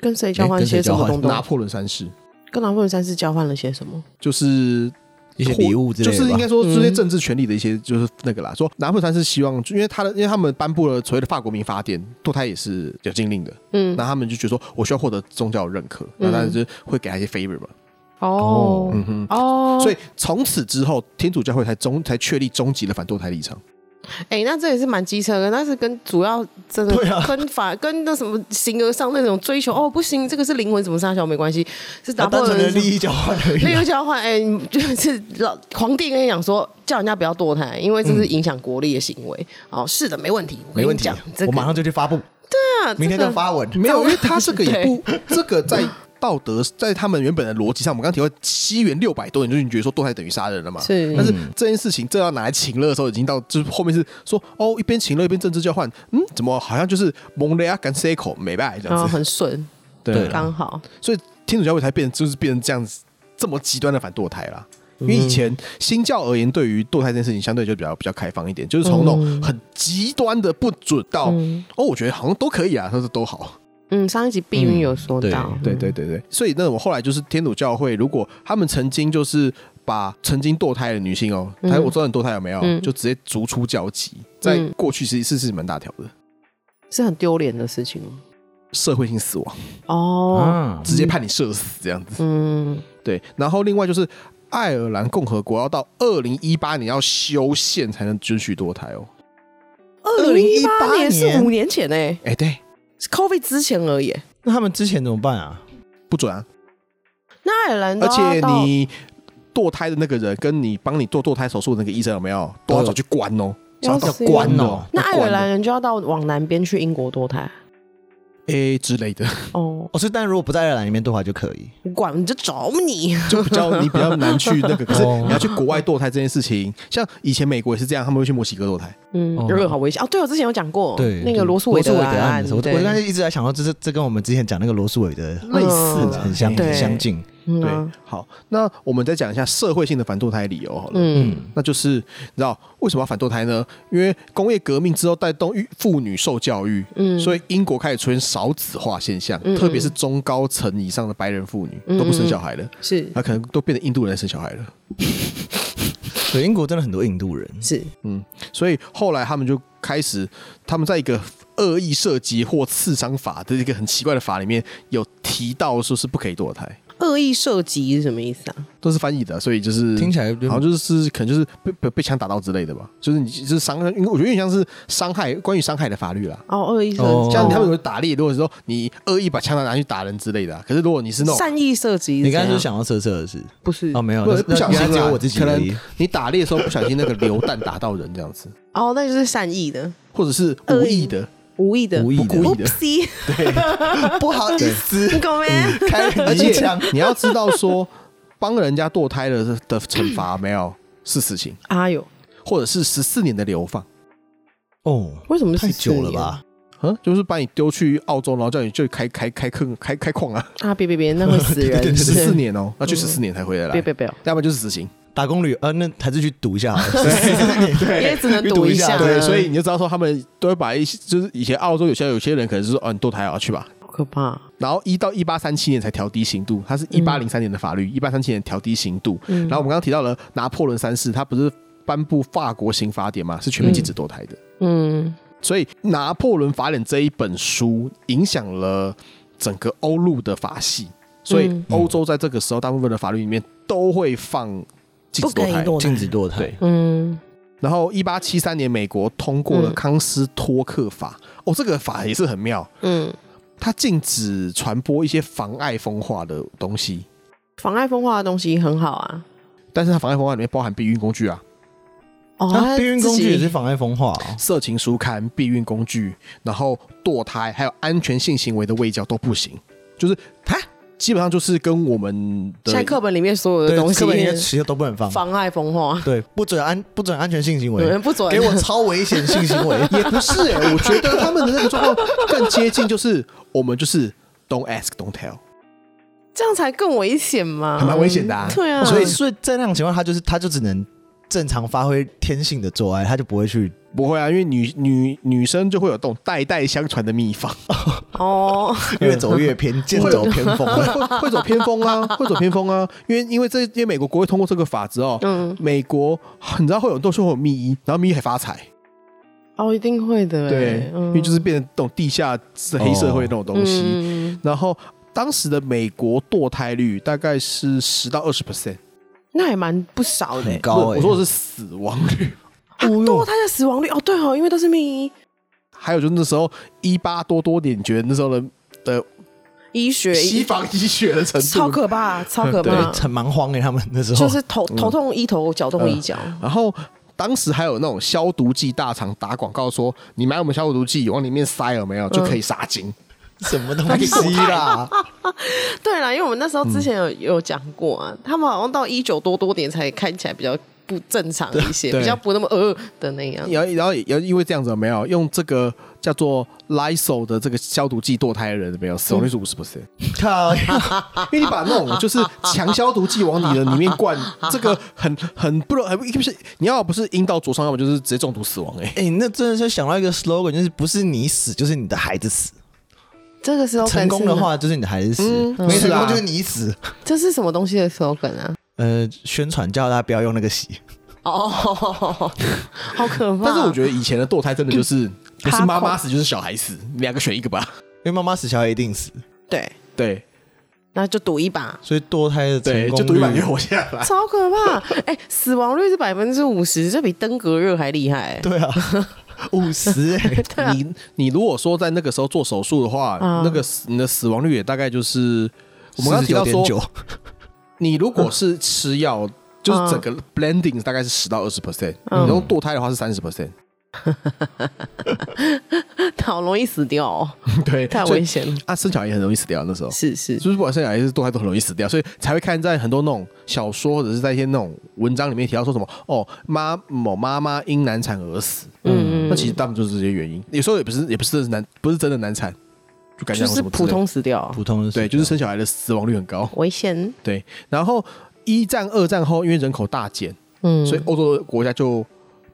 S3: 跟谁交
S1: 诶
S3: 换
S1: 跟谁
S3: 些什
S1: 交
S3: 么
S1: 换
S3: 东
S2: 拿
S3: 东？
S2: 破仑三世
S3: 跟拿破仑三世交换了些什么？
S2: 就是
S1: 一些礼物之类
S2: 就
S1: 的吧，
S2: 是应该说这些政治权利的一些就是那个啦。说拿破仑三世希望，因为他的因为他们颁布了所谓的法国民法典，堕胎也是有禁令的，
S3: 嗯，
S2: 那他们就觉得说我需要获得宗教的认可，那当然就是会给他一些 favor 嘛。
S3: 哦
S2: 嗯哼。
S3: 哦，
S2: 所以从此之后，天主教会才终才确立终极的反堕胎立场。
S3: 哎、那这也是蛮机车的，但是跟主要真的
S1: 对啊
S3: 跟法跟那什么形而上那种追求哦，不行，这个是灵魂什么上小没关系，是打
S1: 啊
S3: 破
S1: 单纯的利
S3: 利
S1: 益交换而已
S3: 益
S1: 啊。
S3: 交换。哎、你就是老皇帝跟你讲说，叫人家不要堕胎，因为这是影响国力的行为。哦，是的，没问题，我
S1: 嗯没
S3: 跟哎你
S1: 问题啊
S3: 讲，这，个
S1: 我马上就去发布，
S3: 啊
S1: 明天
S3: 这
S1: 就
S3: 个
S1: 发文。
S2: 没有，因为他这个也
S3: 对
S2: 不，这个在道德，在他们原本的逻辑上，我们刚刚提到西元六百多年，就是你觉得说堕胎等于杀人了嘛？
S3: 是
S2: 但是这件事情，这要拿来情乐的时候，已经到就是后面是说哦，一边情乐一边政治交换，嗯，怎么好像就是蒙雷亚跟 C 口美拜这
S3: 然后
S2: 样子？
S3: 哦很顺，
S1: 啊
S2: 对啊
S3: 刚好
S2: 所以天主教会才变，就是变成这样子这么极端的反堕胎啦。
S3: 嗯
S2: 因为以前新教而言，对于堕胎这件事情相对就比较比较开放一点，就是从那种很极端的不准到、
S3: 嗯
S2: 哦，我觉得好像都可以啊，他说都好。
S3: 嗯，上一集避孕有说到，
S1: 嗯
S2: 对对对对，所以那我后来就是天主教会，如果他们曾经就是把曾经堕胎的女性哦，
S3: 嗯
S2: 她、我知道你堕胎有没有，
S3: 嗯
S2: 就直接逐出教籍，在
S3: 嗯
S2: 过去其实是是蛮大条的，
S3: 是很丢脸的事情吗
S2: 社会性死亡，
S3: 哦，
S1: 啊，
S2: 直接判你社死这样子。
S3: 嗯
S2: 对，然后另外就是爱尔兰共和国要到二零一八年要修宪才能准许堕胎哦，
S3: 二二零一八年是
S1: 2018
S3: 五年前哎、
S2: 哎、对，
S3: 是 COVID 之前而已欸。
S1: 那他们之前怎么办啊？
S2: 不准啊！
S3: 那爱尔兰都
S2: 而
S3: 要嗯哦到，
S2: 且你堕胎的那个人跟你帮你做堕胎手术的那个医生有没有都要
S1: 对
S2: 找去关哦，
S3: 要
S2: 找
S3: 死
S2: 关哦
S1: 哦，
S3: 那
S2: 要
S3: 爱
S2: 关
S3: 尔兰
S2: 哦
S3: 人就要到往南边去英国堕胎
S2: 诶哎之类的，
S3: 哦，
S1: 哦，是但如果不在爱尔兰里面的话就可以。
S3: 我管你就找你，
S2: 就比较你比较难去那个。可是
S1: 哦
S2: 你要去国外堕胎这件事情，像以前美国也是这样，他们会去墨西哥堕胎。
S3: 嗯，
S1: 哦
S3: 这个好危险哦。对，我之前有讲过，
S1: 对，
S3: 那个罗素
S1: 韦
S3: 韦德
S1: 案
S3: 案
S1: 的时候，，我
S3: 对
S1: 我刚才一直在想到，这是这跟我们之前讲那个罗素韦德
S2: 类似的
S1: 很相
S3: 对
S1: 很相近。
S3: 嗯
S2: 对
S3: 啊，
S2: 好，那我们再讲一下社会性的反堕胎理由好了。
S3: 嗯，
S2: 那就是你知道为什么要反堕胎呢？因为工业革命之后带动育妇女受教育，
S3: 嗯
S2: 所以英国开始出现少子化现象，
S3: 嗯
S2: 特别是中高层以上的白人妇女、
S3: 嗯
S2: 都不生小孩了，
S3: 是
S2: 那可能都变成印度人生小孩了。
S1: 对，英国真的很多印度人，
S3: 是，
S2: 嗯所以后来他们就开始，他们在一个恶意涉及或刺伤法的一个很奇怪的法里面有提到说是不可以堕胎，
S3: 恶意射击是什么意思啊？
S2: 都是翻译的，所以就是
S1: 听起来就
S2: 好像就是可能就是被被被枪打到之类的吧，就是你就是伤，因为我觉得有点像是伤害关于伤害的法律啦。
S3: 哦，恶意射
S1: 哦
S3: 击，
S2: 像他们有打猎，如果是说你恶意把枪拿去打人之类的啊、可是如果你是那种
S3: 善意射击，
S1: 你刚才就想到色色的事
S3: 不是
S1: 哦，没有，
S2: 不
S1: 那
S2: 不小心
S1: 那原来只
S2: 啊
S1: 有我自己
S2: 可
S1: 而
S2: 能
S1: 已。
S2: 你打猎的时候不小心那个流弹打到人这样子，
S3: 哦，那就是善意的，
S2: 或者是无意的，
S3: 无意的，
S1: 无意的
S2: 故意的
S3: Oopsie，
S1: 不好意思，
S3: 狗咩？
S1: 开了
S2: 而
S1: 你一
S2: 且
S1: 枪，
S2: 你要知道说帮人家堕胎的的惩罚没有是死刑，
S3: 哎呦，
S2: 或者是十四年的流放，
S1: 哦，
S3: 为什么是
S1: 太久
S3: 14
S1: 了
S3: 年
S1: 吧？
S2: 嗯，就是把你丢去澳洲，然后叫你就开开开坑开开矿啊，
S3: 啊？别别别，那会死
S1: 对
S3: 人，
S1: 对
S2: 十
S1: 哎对
S2: 四年哦，要去十四年才回得
S3: 别
S2: 来，
S3: 别哦别，
S2: 要不然就是死刑。
S1: 打工旅呃，那还是去赌一下好了。
S3: 也只能
S1: 阅
S3: 赌
S1: 读
S3: 一
S1: 一下
S3: 下，
S2: 对，所以你就知道说他们都会把一些，就是以前澳洲有些有些人可能是说，哦，你堕胎啊，去吧。
S3: 好可怕。
S2: 然后一到一八三七年才调低刑度，它是一八零三年的法律，一八三七年调低刑度。
S3: 嗯
S2: 然后我们刚刚提到了拿破仑三世，他不是颁布法国刑法典嘛，是全面禁止堕胎的。
S3: 嗯，
S2: 所以《拿破仑法典》这一本书影响了整个欧陆的法系，所以
S3: 嗯
S2: 欧洲在这个时候大部分的法律里面都会放禁止堕胎。
S1: 禁止堕胎，
S2: 对
S3: 嗯，
S2: 然后，一八七三年，美国通过了
S3: 嗯
S2: 康斯托克法。哦，这个法也是很妙，
S3: 嗯，
S2: 它禁止传播一些妨碍风化的东西，
S3: 妨碍风化的东西很好啊。
S2: 但是它妨碍风化里面包含避孕工具啊、
S3: 哦，
S1: 啊，避孕工具也是
S3: 自己
S1: 妨碍风化哦。
S2: 色情书刊、避孕工具，然后堕胎，还有安全性行为的卫教都不行，就是它基本上就是跟我们的
S3: 现在课本里面所有的
S1: 对，
S3: 东
S1: 课本里面
S3: 西
S1: 其实都不能放。
S3: 妨碍风化，
S1: 对，不准安不准安全性行
S3: 有
S1: 为
S3: 人，不准
S1: 给我超危险性行为。
S2: 也不是、欸，我觉得他们的那个状况更接近，就是我们就是 don't ask don't tell，
S3: 这样才更危险嘛，
S2: 还蛮危险的啊
S3: 对啊，
S1: 所以所以在那种情况，他就是他就只能正常发挥天性的做爱，他就不会去
S2: 不会啊，因为女女女生就会有这种代代相传的秘方。
S3: 哦，
S1: 越走越偏，剑走偏锋。
S2: 会会会走偏锋啊，会走偏锋啊，因为因为这因为美国国会通过这个法之后，
S3: 嗯，
S2: 美国你知道会有都说会有密医，然后密医还发财，
S3: 哦，一定会的欸，
S2: 对，
S3: 嗯
S2: 因为就是变成这种地下黑社会那种东西，
S3: 嗯
S2: 然后。当时的美国堕胎率大概是十到二十 percent，
S3: 那也蛮不少的
S1: 很
S3: 欸。
S1: 高欸
S2: 我说的是死亡率，
S3: 啊堕胎的死亡率哦，对哦，因为都是命医
S2: 还有就是那时候一八多多点，觉得那时候的的
S3: 医学，
S2: 西方医学的程度
S3: 超可怕，超可
S1: 对
S3: 怕，，
S1: 很蛮慌欸诶，他们那时候
S3: 就是头头痛医头，脚痛医脚，
S2: 然后当时还有那种消毒剂大厂打广告说，你买我们消毒剂往里面塞有没有就可以杀精。
S1: 什么东西啦？
S3: 对啦，因为我们那时候之前
S2: 嗯
S3: 有、有讲过啊，他们好像到一九多多点才看起来比较不正常一些，
S2: 对
S3: 比较不那么呃的那样。
S2: 然后，然后也也因为这样子有没有用这个叫做 Lysol 的这个消毒剂堕胎的人有没有死亡率是五十 percent，
S1: 靠！
S2: 因为你把那种就是强消毒剂往你的里面灌，这个很很不容很不是你要不是阴道灼伤，要么就是直接中毒死亡哎、欸
S1: 哎，那真的是想到一个 slogan，就是不是你死，就是你的孩子死。
S3: 这个时候
S1: 成功的，话就是你的孩子死，
S3: 嗯
S1: 没成
S2: 是啊
S1: 功就是你死。
S3: 这是什么东西的 slogan 啊？
S2: 嗯
S1: 呃，宣传叫大家不要用那个洗，
S3: 哦，好可怕！
S2: 但是我觉得以前的堕胎真的就是不是妈妈
S3: 怕痛
S2: 死就是小孩死，两个选一个吧。
S1: 因为妈妈死，小孩一定死，
S3: 对，
S2: 对
S3: 那就赌一把，
S1: 所以堕胎的成
S2: 对，
S1: 功
S2: 就独一百
S1: 率
S2: 给活下来。
S3: 超可怕！哎、死亡率是百分之五十，这比登革热还厉害、
S1: 对啊，五十、欸，
S3: 对啊
S2: 你你如果说在那个时候做手术的话，
S3: 嗯
S2: 那个死你的死亡率也大概就是我们刚刚提到
S1: 49.9
S2: 说，你如果是吃药，
S3: 嗯
S2: 就是整个 blending 大概是十到二十 percent，你用堕胎的话是三十 percent，
S3: 好容易死掉、哦，
S2: 对，
S3: 太
S2: 所以
S3: 危险了。
S2: 啊，生小孩也很容易死掉那时候。
S3: 是 是，
S2: 就是不管生小孩还是堕胎都很容易死掉，所以才会看在很多那种小说或者是在一些那种文章里面提到说什么哦妈某妈妈因难产而死，
S3: 嗯，
S2: 那其实大部分就是这些原因，有时候也不是也不是难不是真的难产，就感觉
S3: 就
S2: 像
S3: 是
S2: 什么之
S3: 普
S2: 类的
S3: 通死掉，
S1: 普通的
S2: 对，就是生小孩的死亡率很高。
S3: 危险。
S2: 对，然后一战、二战后，因为人口大减，
S3: 嗯，
S2: 所以欧洲的国家就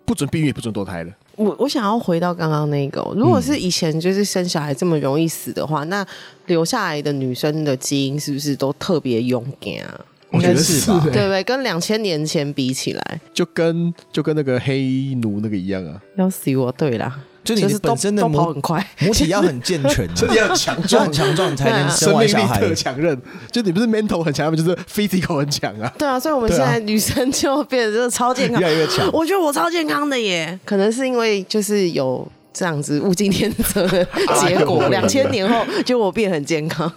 S2: 不准避孕，也不准堕胎了。
S3: 我我想要回到刚刚那个哦，如
S1: 嗯
S3: 果是以前就是生小孩这么容易死的话，那留下来的女生的基因是不是都特别勇敢啊？
S2: 我
S1: 觉得是吧
S2: 应该
S3: 对
S2: 欸
S3: 不对？跟两千年前比起来，
S2: 就跟就跟那个黑奴那个一样 啊，
S3: 要死我！对啦，
S1: 就你
S3: 就是都
S1: 本身的
S3: 都跑
S1: 母
S3: 很快，
S1: 母体要很健 全、啊，
S2: 身体要强
S1: 要很强壮才能
S3: 啊
S1: 生
S2: 生
S1: 完
S2: 命
S1: 小
S2: 力
S1: 孩。
S2: 特强韧。就你不是 mental 很强，他们就是 physical 很强啊。
S3: 对啊，所以我们
S2: 对
S3: 现
S2: 啊
S3: 在女生就变得就是超健康，
S1: 越来越强
S3: 我觉得我超健康的耶，可能是因为就是有这样子物竞天 择的结果，
S2: 哎呦
S3: 两千年后就我变很健康。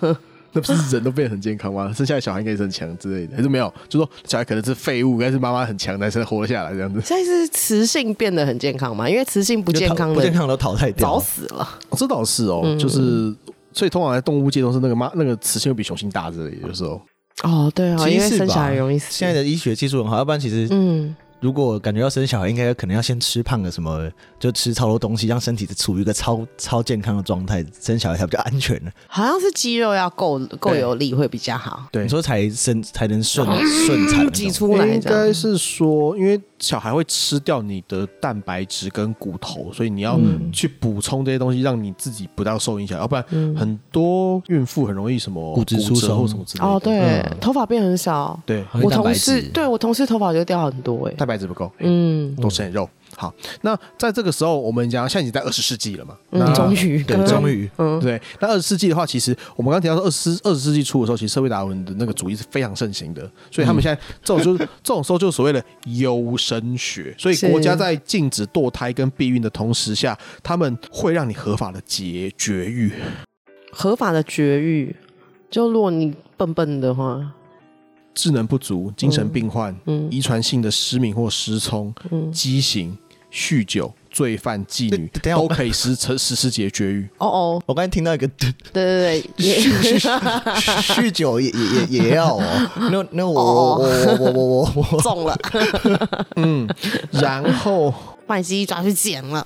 S2: 那不是人都变得很健康吗？生下来小孩应该也是很强之类的，还是没有？就说小孩可能是废物，但是妈妈很强，男生活了下来这样子。
S3: 现在是雌性变得很健康嘛？因为雌性不
S1: 就
S3: 健
S1: 淘
S3: 康
S1: 不健
S3: 的
S1: 康都淘汰掉
S3: 早
S1: 了，
S3: 死了。
S2: 哦这倒是哦，就是所以通常在动物界都是那个妈那个雌性会比雄性大之类的，有时候。
S3: 哦，对啊，
S1: 其
S3: 因
S1: 实
S3: 为
S1: 是
S3: 生
S1: 吧
S3: 小孩容易死。
S1: 现在的医学技术很好，要不然其实
S3: 嗯，
S1: 如果感觉要生小孩，应该可能要先吃胖个什么，就吃超多东西，让身体处于一个超超健康的状态，生小孩才比较安全呢。
S3: 好像是肌肉要够够
S2: 对
S3: 有力会比较好，
S2: 对
S1: 你说才生才能顺顺产那
S3: 挤
S1: 种，
S3: 出来
S2: 应
S3: 这样。
S2: 该是说，因为小孩会吃掉你的蛋白质跟骨头，所以你要
S1: 嗯
S2: 去补充这些东西，让你自己不要受影响，要不然很多孕妇很容易什么
S1: 嗯骨质疏
S2: 折
S1: 松
S2: 或什么之类的。
S3: 哦，对，
S1: 嗯
S3: 头发变很少。
S2: 对，
S1: 好像
S3: 我
S1: 蛋
S3: 同
S1: 白
S3: 事
S1: 质
S3: 对我同事头发就掉很多哎、
S2: 蛋白质不够，
S3: 嗯，
S2: 多吃点肉。好，那在这个时候，我们讲现在已经在二十世纪了嘛，
S3: 嗯
S2: 那
S3: 终于
S1: 对，终于
S3: 嗯
S2: 对，那二十世纪的话，其实我们刚刚提到说，二十二十世纪初的时候，其实社会达尔文的那个主义是非常盛行的，所以他们
S3: 嗯
S2: 现在这种就是这种时候就是所谓的优生学，所以
S3: 是
S2: 国家在禁止堕胎跟避孕的同时下，他们会让你合法的结绝育，
S3: 合法的绝育，就如果你笨笨的话，
S2: 智能不足、精神病患、
S3: 嗯
S2: 遗传性的失明或失聪、
S3: 嗯，
S2: 畸形、酗酒、罪犯、妓
S1: 等
S2: 女
S1: 等一下
S2: 都可以实实实施结绝 育。
S3: 哦哦，
S1: 我刚才听到一个
S3: 对对对，也
S1: 酗酗酒也也也也要哦，那那我我我我我我我我
S3: 中了，
S2: 嗯，然后。
S3: 把你鸡抓去剪 了，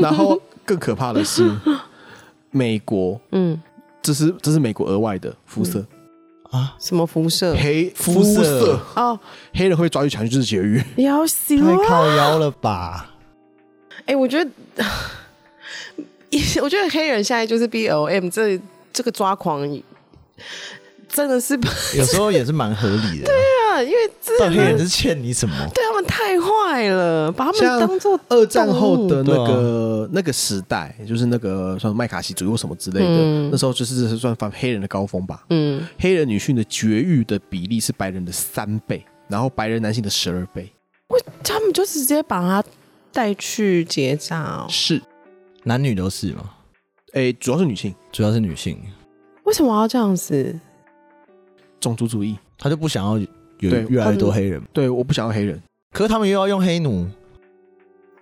S2: 然后更可怕的是，美国，
S3: 嗯，
S2: 这是这是美国额外的肤色，
S1: 啊，
S3: 什么辐射？
S2: 黑
S1: 肤色
S2: 色
S3: 哦，
S2: 黑人会抓去强制绝育，
S3: 要死
S1: 太
S3: 我！
S1: 靠腰了吧？
S3: 哎、我觉得， 我觉得黑人现在就是 BLM 这这个抓狂，真的是不
S1: 有时候也是蛮合理的。
S3: 啊，因为这
S1: 到底人是欠你什么？
S3: 对他们太坏了，把他们当做
S2: 二战后的那
S1: 动
S2: 个、那个时代，就是那个算麦卡锡主义或什么之类的，
S3: 嗯
S2: 那时候就是算反黑人的高峰吧。
S3: 嗯，
S2: 黑人女性的绝育的比例是白人的三倍，然后白人男性的十二倍。
S3: 他们就直接把他带去结扎、哦。
S2: 是，
S1: 男女都是嘛，
S2: 诶，主要是女性
S1: 主要是女性，
S3: 为什么要这样子？
S2: 种族主义。
S1: 她就不想要有
S2: 对
S1: 越来越多黑人。
S2: 对，我不想要黑人，
S1: 可是他们又要用黑 奴，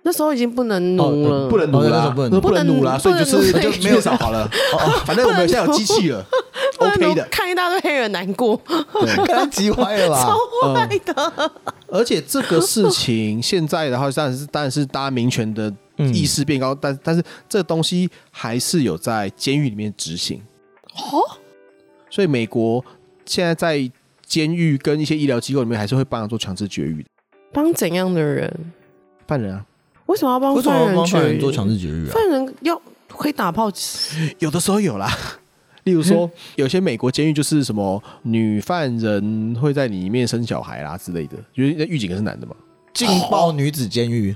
S3: 那时候已经不能奴了，
S2: 不能奴
S1: 哦对那时
S2: 啦
S1: 候，不能
S2: 嗯那不能奴啦，
S3: 不
S2: 所以
S3: 能
S2: 就是
S3: 不能奴
S2: 就没有少好 了。哦哦，反正我们现在有机器 了
S3: 不能奴
S2: ，OK 的。
S3: 看一大堆黑人难过，
S2: 对，
S1: 看急坏了吧？
S3: 超坏
S2: 嗯
S3: 的。
S2: 而且这个事情现在的话，当然是当然是大家民权的
S1: 嗯
S2: 意识变高，但但是这东西还是有在监狱里面执行，
S3: 哦，
S2: 所以美国现在在监狱跟一些医疗机构里面还是会帮他做强制绝育的
S3: 帮怎样的人？
S2: 犯人啊，
S3: 为什么要帮
S1: 为什么
S3: 犯
S1: 要
S3: 人
S1: 帮
S3: 绝
S1: 犯
S3: 育
S1: 人做强制绝育啊？
S3: 犯人要可以打炮，
S2: 有的时候有啦。 例如说，有些美国监狱就是什么女犯人会在里面生小孩啦之类的，因为那狱警也是男的嘛。
S1: 劲爆女子监 狱，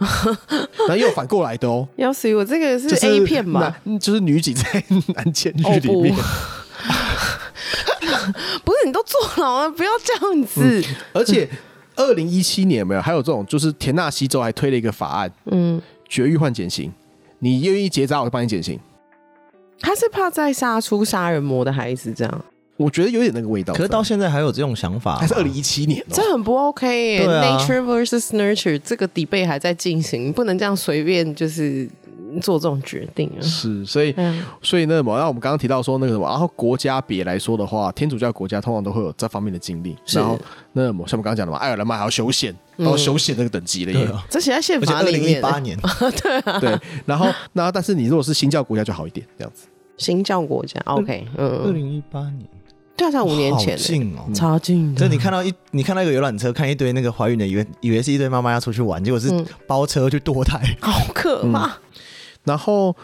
S2: 然后也有反过来的哦，
S3: 要死我！这个
S2: 就是是
S3: A 片嘛？
S2: 男？就是女警在男监
S3: 哦
S2: 狱里
S3: 不
S2: 面，，
S3: 不是你都坐牢了，不要这样子。
S2: 而且二零一七年有没有还有这种，就是田纳西州还推了一个法案，
S3: 嗯，
S2: 绝育换减刑，你愿意结扎我就帮你减刑。
S3: 他是怕再杀出杀人魔的孩子，这
S1: 哦
S3: 样
S2: 我觉得有点那个味道在。
S1: 可是到现在还有这种想法吗，啊
S2: 还是二零一七年哦、
S3: 这很不 OK 耶、
S1: 对啊
S3: Nature versus nurture 这个 debate 还在进行，不能这样随便就是做这种决定啊。
S2: 是，所以
S3: 嗯，
S1: 啊
S2: 所以那么，那我们刚刚提到说那个什么，然后国家别来说的话，天主教国家通常都会有这方面的经历。
S3: 是嗯
S2: 然后那么像我们刚刚讲的嘛，爱尔兰嘛还要修宪，到修宪那个等级了
S1: 对
S2: 耶。
S1: 啊，
S3: 这写在宪
S1: 而且
S3: 法
S1: 二
S3: 里
S1: 零一
S3: 面。
S1: 八年，
S2: 对，然后那但是你如果是新教国家就好一点，这样子。
S3: 新教国家，OK，
S1: 二
S3: 嗯，
S1: 零一八年，
S3: 对啊，才五年前
S1: 好
S3: 耶，
S1: 近哦。
S3: 超近的。
S1: 就你看到一，你看到一个游览车，看一堆那个怀孕的，以为以为是一堆妈妈要出去玩，结果是
S3: 嗯
S1: 包车去堕胎。
S3: 好可怕，
S1: 嗯
S2: 然后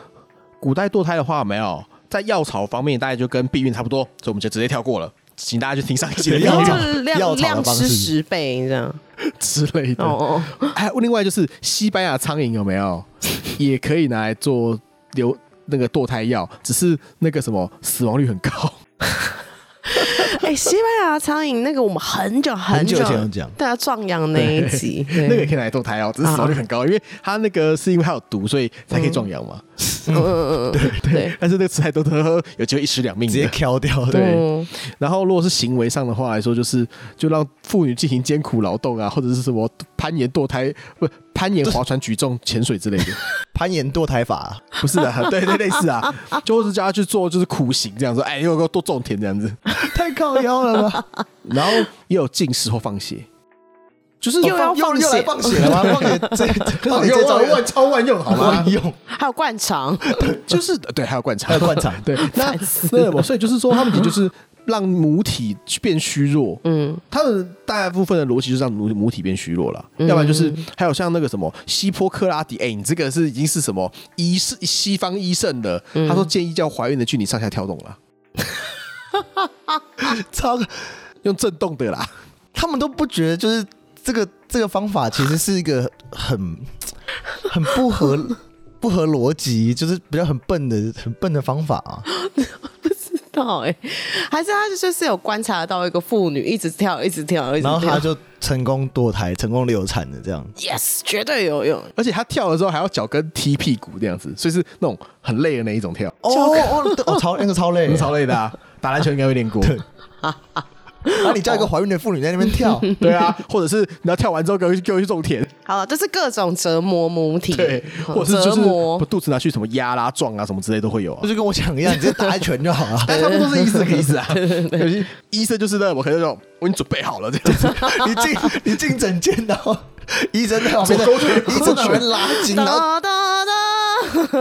S2: 古代堕胎的话，有没有在药草方面大概就跟避孕差不多，所以我们就直接跳过了，请大家去听上一期的
S1: 药
S2: 药
S1: 草
S2: 草
S3: 就
S1: 药
S3: 是量
S1: 草的
S3: 量
S1: 方
S3: 吃
S1: 式
S3: 十倍这样。
S2: 之类 的。
S3: 哦哦，
S2: 还有另外就是西班牙苍蝇有没有，也可以拿来做流那个堕胎药，只是那个什么死亡率很高。
S3: 哎、西班牙苍蝇那个我们很久
S1: 很久
S3: 久
S1: 以前有讲
S3: 对啊，壮阳那一集，对
S2: 那个也可以拿来堕胎药，只是死亡率很高，因为它那个是因为它有毒，所以才可以壮阳嘛。
S3: 嗯嗯嗯嗯，对
S2: 但是那个吃太多的有机会一尸两命
S1: 直接
S2: 的。
S1: 敲掉，
S2: 对
S3: 嗯
S2: 然后如果是行为上的话来说，就是就让妇女进行艰苦劳动啊，或者是什么攀岩堕胎，不攀岩、划船、举重、潜水之 类的，
S1: 攀岩堕胎法，
S2: 不是的，对对类似啊，就是叫她去做就是苦行这样说，哎，你有给我多种田这样子。
S1: 太靠腰了 吧？
S2: 然后也有进食或放血，就是
S3: 又要
S1: 又
S3: 放
S1: 又来
S3: 血，
S1: 放血 了吗？ 放血这放
S2: 放
S1: 血
S2: 用
S1: 这招
S2: 万万超万用好 吗
S1: 万？用，
S3: 还有灌肠，
S2: 就是对，还有灌肠，
S1: 还有 灌肠
S2: 对，那那么所以就是说，他们也就是让母体变虚弱，
S3: 嗯，
S2: 他们大部分的逻辑就是让母母体变虚弱了，要不然就是还有像那个什么希波克拉底，哎、你这个是已经是什么医是西方医圣了，他说建议叫怀孕的去你上下跳动啦，
S1: 超
S2: 用震动的啦，
S1: 他们都不觉得就是这个这个方法其实是一个很很不合不合逻辑，就是比较很笨的很笨的方法啊。
S3: 到哎、还是他就是有观察到一个妇女一直跳，一直跳，一直
S1: 然
S3: 跳，
S1: 后他就成功堕胎，成功流产的这样。
S3: yes 绝对有用，
S2: 而且他跳了之后还要脚跟踢屁股这样子，所以是那种很累的那一种跳，
S1: 哦哦哦，超那个超累，
S2: 超。累的、啊，打篮球应该会练 过。
S1: 然后你叫一个怀孕的妇女在那边 跳，
S2: 对啊，或者是你要跳完之后给我去给我去种 田，
S3: 好了，就是各种折磨母体，
S2: 对，
S3: 好
S2: 或者是就
S3: 折
S2: 是
S3: 磨
S2: 把，肚子拿去什么压啦、撞啊什么之类都会有啊
S1: 不。就跟我讲一样，你直接打一拳就 好了。
S2: 但差不多是意思这个意思 啊。有些医生就是那我可能那种，我已经准备好了这 样子。
S1: 你进你进诊间，然后医生在旁边在，
S2: 左勾拳
S1: 医生在旁边拉 筋，然后
S3: 哒哒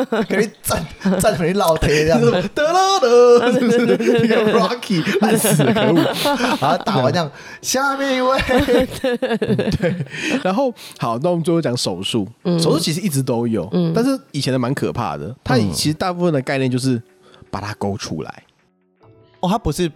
S3: 哒，
S1: 给你站站给你老贴这样
S2: 就是
S1: 子，
S2: 得了 得，是不是那个 Rocky 烂死了，可 恶！
S1: 然后打完这样，下面一位，
S2: 然后好，那我们最后讲手术，
S3: 嗯
S2: 手术其实一直都有，但是以前的蛮可怕的。它
S3: 嗯
S2: 以其实大部分的概念就是把它勾出来，
S1: 哦，他不是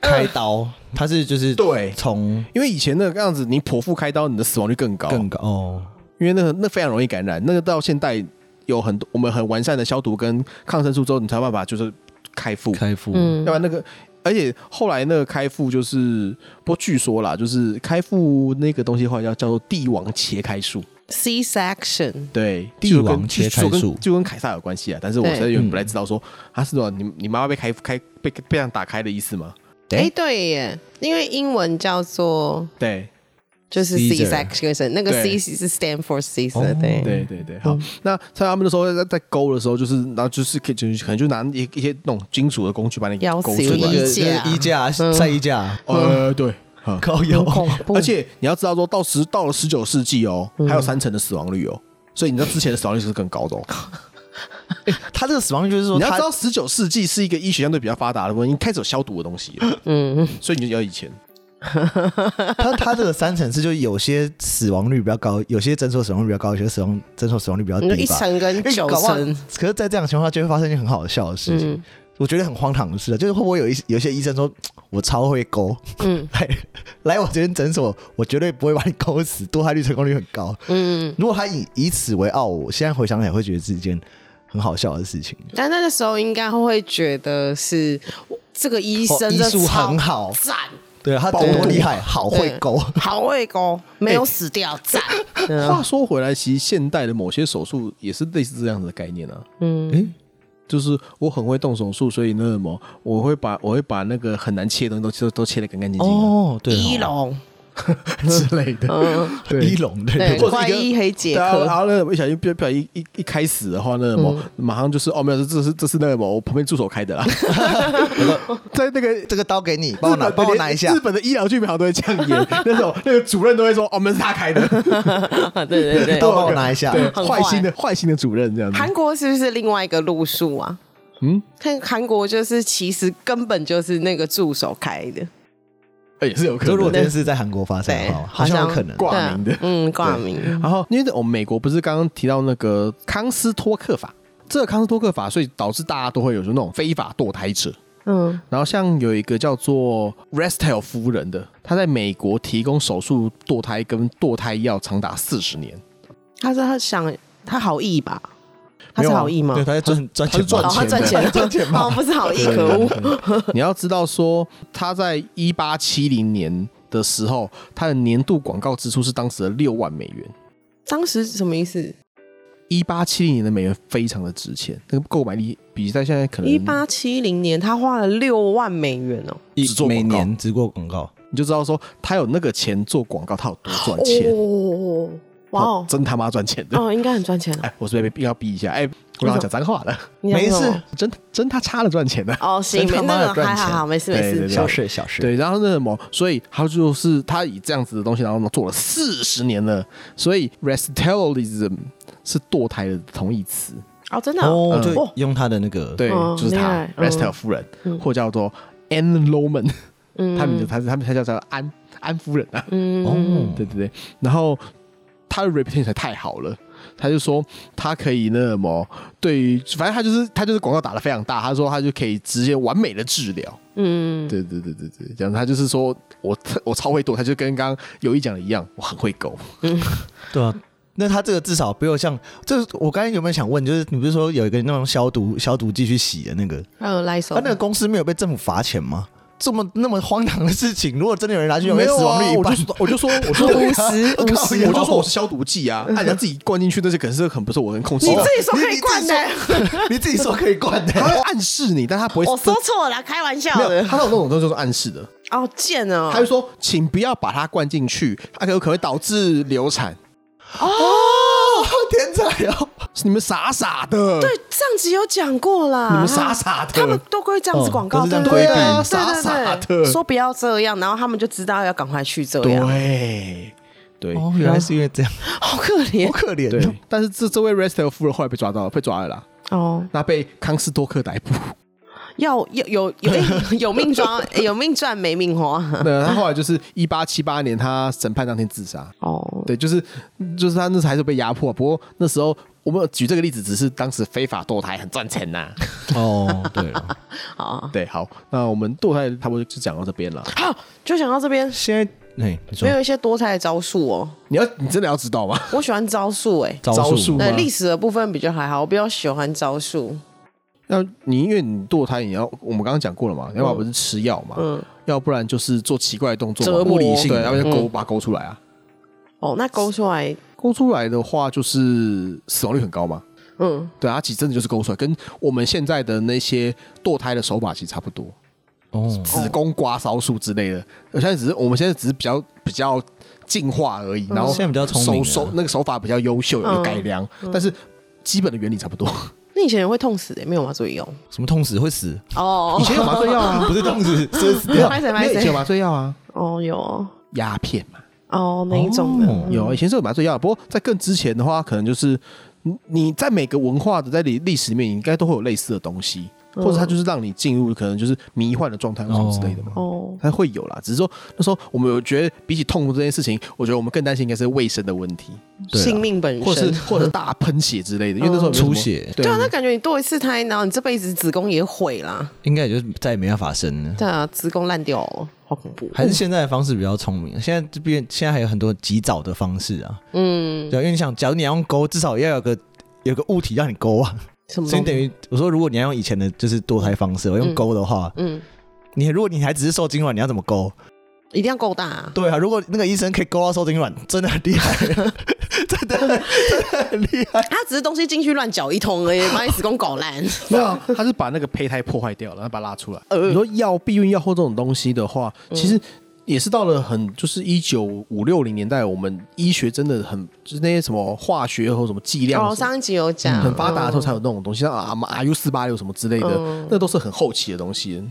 S1: 开刀，他是就是
S2: 对
S1: 从
S2: 因为以前那个样子，你剖腹开刀，你的死亡率更高，
S1: 更高哦，
S2: 因为那个那非常容易感染，那个到现代有很多我们很完善的消毒跟抗生素之后，你才有办法就是开腹，
S1: 开腹
S2: 要
S3: 嗯
S2: 不然那个。而且后来那个开腹就是，不过据说啦，就是开腹那个东西的话，要叫做帝王切开术。
S3: ，C section，
S2: 对，
S1: 帝
S2: 就跟
S1: 王切开
S2: 就跟
S1: 术
S2: 就跟凯撒有关系啊。但是我
S3: 对
S2: 现在有点不太知道说，他是说你你妈妈被开开被被这样打开的意思吗？
S1: 哎
S3: 哎、对耶，因为英文叫做
S2: 对，
S3: 就是 C
S1: Caesar
S3: section，那个
S2: 对
S3: C 是 stand for C
S1: 哦
S3: r 对。
S2: 对对对，
S1: 嗯
S2: 好。那在他们那时候在在勾的时候，就是然后就是可以就是可能就拿一一些那种金属的工具把你
S3: 钥匙
S2: 勾出
S3: 有
S2: 来
S1: 那。个
S3: 衣架
S1: 那个衣架
S3: 嗯
S1: 晒衣架，
S2: 呃，对。啊
S1: 哦高腰
S3: 很恐怖，
S2: 而且你要知道说，到十到了十九世纪哦，
S3: 嗯
S2: 还有三成的死亡率哦，所以你知道之前的死亡率是更高 的哦。
S1: 他这个死亡率就是说
S2: 你要
S1: 他
S2: 知道，十九世纪是一个医学相对比较发达的国家，你开始有消毒的东西 了，
S3: 嗯，
S2: 所以你就要以前。
S1: 他他这个三层是就有些死亡率比较高，有些诊所死亡率比较高，有些死亡诊所死亡率比较
S3: 你
S1: 低吧
S3: 就。一层跟
S1: 因为
S3: 九
S1: 哎搞不好
S3: 层，
S1: 可是，在这样的情况下，就会发生一件很好笑的事情。
S3: 嗯
S1: 我觉得很荒唐的事啊，就是会不会有一有一些医生说，我超会勾，
S3: 嗯
S1: 来来我这边诊所，我绝对不会把你勾死，堕胎率成功率很高。
S3: 嗯，
S1: 如果他以以此为傲，我现在回想起来会觉得是一件很好笑的事情。
S3: 但那个时候应该会觉得是这个医生
S1: 哦医
S3: 这
S1: 术
S3: 超
S1: 很好
S3: 赞，
S1: 对他真的厉害，好会勾。
S3: 好会勾，没有死掉，赞、对啊
S2: 话说回来，其实现代的某些手术也是类似这样子的概念啊。
S3: 嗯
S1: 诶，
S2: 就是我很会动手术，所以那什么，我会把我会把那个很难切的东西都都切得干干净净啊、
S1: 哦，对哦，
S3: 一龙，
S2: 之类的。
S3: 嗯，
S2: 对
S1: 一龙对
S3: 对
S1: 对
S2: 或者一个
S3: 快医黑解
S2: 对啊，然
S3: 渴，
S2: 后那个不小心不不小心一一一开始的话，那什么、
S1: 嗯
S2: 马上就是哦，没有，这是这是那个什么，我旁边助手开 的啦，在那个。
S1: 这个刀给你，帮我拿，
S2: 日本的
S1: 帮我
S2: 连
S1: 拿一下
S2: 日。本的医疗剧苗都会这样演，那种那个主任都会说：“哦，门是他开的。
S3: 对对 对
S1: 都。帮我拿一”下。
S2: 对，
S3: 很
S2: 坏心的坏心的主任这样子。
S3: 韩国是不是另外一个路数啊？
S2: 嗯，
S3: 看韩国就是其实根本就是那个助手开的，
S2: 哎也是有可
S1: 就如果
S2: 能
S1: 这
S2: 的。
S1: 件事在韩国发生
S3: 对
S1: 的话，，好像有可能。
S2: 挂
S3: 对啊
S2: 名的
S3: 嗯，挂名，
S2: 然后，因为我们美国不是刚刚提到那个康斯托克法，这个康斯托克法，所以导致大家都会有那种非法堕胎者。
S3: 嗯，
S2: 然后像有一个叫做 Restel 夫人的，她在美国提供手术堕胎跟堕胎药长达四十年，
S3: 他是他想他好意吧？他
S2: 没
S3: 是
S2: 有啊
S3: 好意吗
S1: 对，？他在赚赚钱嘛，
S2: 他
S3: 哦，他
S2: 是
S3: 赚
S2: 赚
S3: 钱
S2: 钱
S3: 了，
S1: 的 赚钱嘛
S3: 哦，不是好意，
S2: 对
S3: 可恶，
S2: 你要知道说，她在一八七零年的时候，她的年度广告支出是当时的六万美元。
S3: 当时什么意思？
S2: 一八七零年的美元非常的值钱，那个购买力比在现在可能
S3: 一八七零年，他花了六万美元哦，
S2: 只做
S1: 每
S2: 广告，
S1: 年只过广告，
S2: 你就知道说她有那个钱做广告，她有多赚钱，
S3: 哦，哇哦，
S2: 真他妈赚钱的！
S3: 哦，应该很赚钱啊，
S2: 哎，我是被逼要逼一下，哎，我刚刚讲脏话了，
S3: 你想
S1: 没
S3: 说什
S1: 事
S3: 么
S2: 真真他差的赚钱的、
S3: 哦，行，没
S1: 真他妈
S3: 那
S1: 的
S3: 个
S1: 赚
S3: 还好，
S1: 钱
S3: 好没事没
S2: 对对
S3: 事，
S2: 对
S1: 小事小事。
S2: 对，然后那什么，所以他就是他以这样子的东西，然后做了四十年了，所以 restalism 是堕胎的同义词，
S3: 哦，真的啊
S1: 哦，就
S3: 哦
S1: 用他的那个，
S2: 呃对，
S3: 哦
S2: 就是
S3: 厉
S2: 他
S3: 害嗯嗯
S2: restel 夫人，或叫做 Anne Loman，他 名字他他们他叫叫安安夫人啊，
S1: 哦，
S3: 嗯
S2: 对对对，然后他的 reputation 太好了。他就说他可以那什么，对于反正他就是他就是广告打的非常大，他说他就可以直接完美的治疗，
S3: 嗯，
S2: 对对对对对，这样子他就是说我特我超会躲，他就跟刚刚友谊讲的一样，我很会勾。
S1: 对啊。那他这个至少不用像，这我刚才有没有想问，就是你不是说有一个那种消毒消毒剂去洗的那个，
S2: 哦
S3: 还有来一首
S2: 啊
S1: 他那个公司没有被政府罚钱吗？这么那么荒唐的事情，如果真的有人拿去用，
S2: 没有
S1: 死亡
S2: 啊，
S1: 率一
S2: 我就
S1: 半，啊
S2: 说我就说我 说
S3: 五十
S1: 靠
S3: 五
S1: 腰
S2: 啊
S3: 十，
S2: 我就说我是消毒剂啊，按人家自己灌进去，那是可是很不是我能控制
S3: 你
S2: 的
S3: 自。己说可以灌的，
S1: 你自己说可以灌的、
S2: 他会暗示你，但他不会。
S3: 我说错了，开玩笑
S2: 没有，
S3: 的，
S2: 他有那种东西就是暗示的，
S3: 哦，贱哦，
S2: 他就说请不要把它灌进去，它有可能会导致流产。
S1: 哦， 天才哦！
S2: 是你们傻傻的，
S3: 对，上集有讲过啦，
S2: 啊你们傻傻的
S3: 他们都会这样子广告，
S1: 哦都是这样
S3: 对
S1: 规
S2: 避
S3: 对
S2: 傻傻的啊
S3: 对对对说不要这样，然后他们就知道要赶快去这样，
S2: 对对
S1: 哦，原来是因为这样，
S3: 好可怜
S1: 好可怜哦
S2: 对。但是这这位 Restel 夫人后来被抓到了，被抓了啦，
S3: 哦，
S2: 那被康斯多克逮捕。
S3: 要有有有诶有 命抓，诶有命赚没命花，
S2: 对，他后来就是一八七八年，他审判当天自杀。
S3: 哦，
S2: 对，就是就是他那时候还是被压迫，不过那时候我们有举这个例子，只是当时非法堕胎很赚钱呐、
S1: 哦，对了，
S3: 好，
S2: 对，好，那我们堕胎差不多就讲到这边了。
S3: 好，哦就想到这边，
S1: 现在哎，你说
S3: 没有一些多彩的招数哦，
S2: 你要你真的要知道吗？
S3: 我喜欢招数哎、
S1: 招
S2: 数
S1: 数
S2: 吗
S3: 对历史的部分比较还好，我比较喜欢招数。嗯
S2: 那你因为你堕胎，你要我们刚刚讲过了嘛，要不然不是吃药嘛，
S3: 嗯
S2: 要不然就是做奇怪的动作嘛，
S3: 折磨
S2: 物理性
S1: 嗯
S2: 的，要不然就勾把它勾出来啊。
S3: 哦，那勾出来，
S2: 勾出来的话，就是死亡率很高嘛。
S3: 嗯，
S2: 对，啊它其实真的就是勾出来，跟我们现在的那些堕胎的手法其实差不多。
S1: 哦，
S2: 子宫刮痧术之类的。我现在只是我们现在只是比较比较进化而
S3: 嗯
S2: 已，然后
S1: 现在比较聪明
S2: 手
S1: 了
S2: 手那个手法比较优秀，有改良，
S3: 嗯
S2: 但是基本的原理差不多。
S3: 那以前也会痛死的、没有麻醉药
S1: 什么痛死会死？
S3: 哦
S2: 以，前有麻醉药啊，
S1: 不是痛死，是死
S2: 没有
S1: 掉。
S3: 拍谁
S2: 没
S3: 拍
S2: 有以前有
S3: 谁
S2: 麻醉药啊，
S3: 哦有哦
S2: 鸦片嘛，
S3: 哦那一种的，
S1: 哦
S2: 有以前是有麻醉
S3: 嗯
S2: 药，啊不过在更之前的话，可能就是你你在每个文化的在历历史里面，你应该都会有类似的东西，
S3: 嗯
S2: 或者它就是让你进入可能就是迷幻的状态或什么之类的嘛。
S3: 哦
S2: 它会有啦，只是说那时候我们有觉得比起痛苦这件事情，我觉得我们更担心应该是卫生的问题。
S1: 对啊
S3: 性命本
S2: 或者
S3: 身
S2: 是。或者是大喷血之类的，因为那时候有什么
S1: 出血
S2: 对
S3: 对啊，
S2: 啊
S3: 那感觉你堕一次胎，然后你这辈子子宫也毁啦，
S1: 应该也就再也没办法生了。
S3: 对啊，子宫烂掉了，好恐怖。嗯
S1: 还是现在的方式比较聪明，现在这边现在还有很多及早的方式啊，
S3: 嗯，
S1: 对啊，因为你想，假如你要用钩，至少要有个有个物体让你钩啊，
S3: 什么
S1: 所以
S3: 东
S1: 等
S3: 西？
S1: 于我说，如果你要用以前的就是堕胎方式，我用钩的话，
S3: 嗯，
S1: 你如果你还只是受精卵，你要怎么勾？
S3: 一定要够大、啊。
S1: 对啊，如果那个医生可以勾到受精卵，真的很厉害，真的真的很厉害。
S3: 他只是东西进去乱搅一通而已，把你子宫 搞烂。
S2: 没有，啊他是把那个胚胎破坏掉了，然后把它拉出来。
S3: 呃
S2: 你说药、避孕药或这种东西的话，
S3: 嗯
S2: 其实也是到了很就是一九五六零年代，我们医学真的很就是那些什么化学和什么剂量什
S3: 哦，
S2: 么
S3: 上一集有讲，
S2: 很发达的时候才有那种东西，像啊啊 U 四八六什么之类
S3: 嗯
S2: 的，那都是很后期的东西。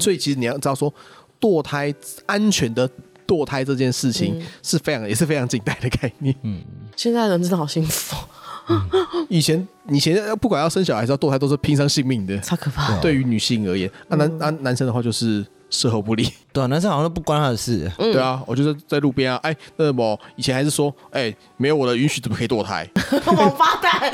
S2: 所以其实你要知道说，堕胎安全的堕胎这件事
S3: 嗯
S2: 情是非常也是非常近代的概念。
S3: 现在人真的好幸福哦，
S2: 以前以前呃不管要生小孩还是要堕胎，都是拼上性命的。
S3: 超可 怕。
S2: 对啊于女性而言，啊男啊男生的话就是事后不理。
S1: 对啊，男生好像都不关他的 事，
S2: 对啊，我就是在路边啊，哎，那么以前还是说，哎，没有我的允许怎么可以堕 胎？
S3: 王八蛋，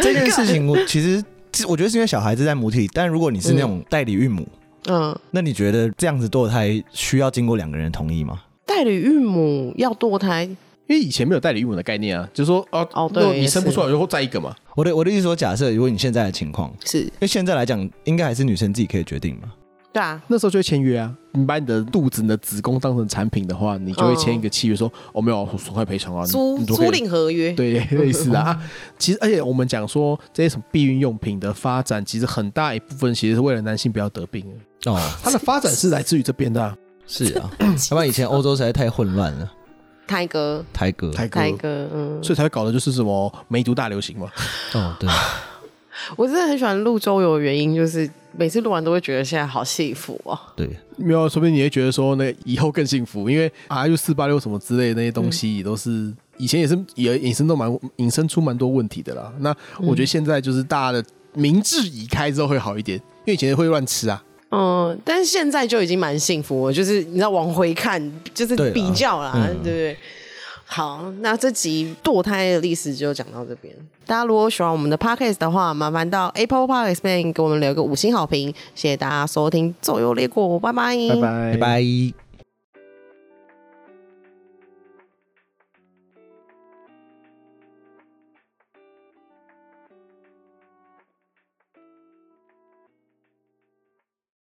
S1: 这件事情我其实我觉得是因为小孩子在母体里，但如果你是那种代理孕母，
S3: 嗯，
S1: 那你觉得这样子堕胎需要经过两个人的同意吗？
S3: 代理孕母要堕胎，
S2: 因为以前没有代理孕母的概念啊，就是说哦，
S3: 哦
S2: 那
S3: 对
S2: 你生不
S3: 也是
S2: 出来，然后再一个嘛。
S1: 我的我的意思说，假设如果你现在的情况，
S3: 是
S1: 因为现在来讲，应该还是女生自己可以决定嘛。
S3: 对啊，
S2: 那时候就会签约啊。嗯你把你的肚子、你的子宫当成产品的话，你就会签一个契约说，哦，没有损害赔偿啊，你
S3: 租
S2: 你都可以
S3: 租赁合约，
S2: 对，类似的啊。其实，而且我们讲说这些什么避孕用品的发展，其实很大一部分其实是为了男性不要得病的。
S1: 哦，
S2: 它的发展是来自于这边的、啊。
S1: 是啊，要不然以前欧洲实在太混乱了，
S3: 胎哥，
S1: 台哥，
S2: 台哥，
S3: 胎哥，嗯，
S2: 所以才会搞的就是什么梅毒大流行嘛。
S1: 哦，对，
S3: 我真的很喜欢录周游的原因就是。每次录完都会觉得现在好幸福哦，
S1: 对，
S2: 没有，说不定你会觉得说，那以后更幸福，因为 R U 四八六什么之类的那些东西，也都是以前也是也引申都蛮引申出蛮多问题的啦。那我觉得现在就是大家的明智已开之后会好一点，因为以前会乱吃啊。
S3: 嗯，但是现在就已经蛮幸福了，就是你知道往回看，就是
S1: 对啊
S3: 比较啦，对
S1: 嗯
S3: 不对？好，那这集堕胎的历史就讲到这边。大家如果喜欢我们的 podcast 的话，麻烦到 Apple Podcast 边给我们留个五星好评，谢谢大家收听《周游列国》，拜拜，
S2: 拜拜，
S1: 拜拜。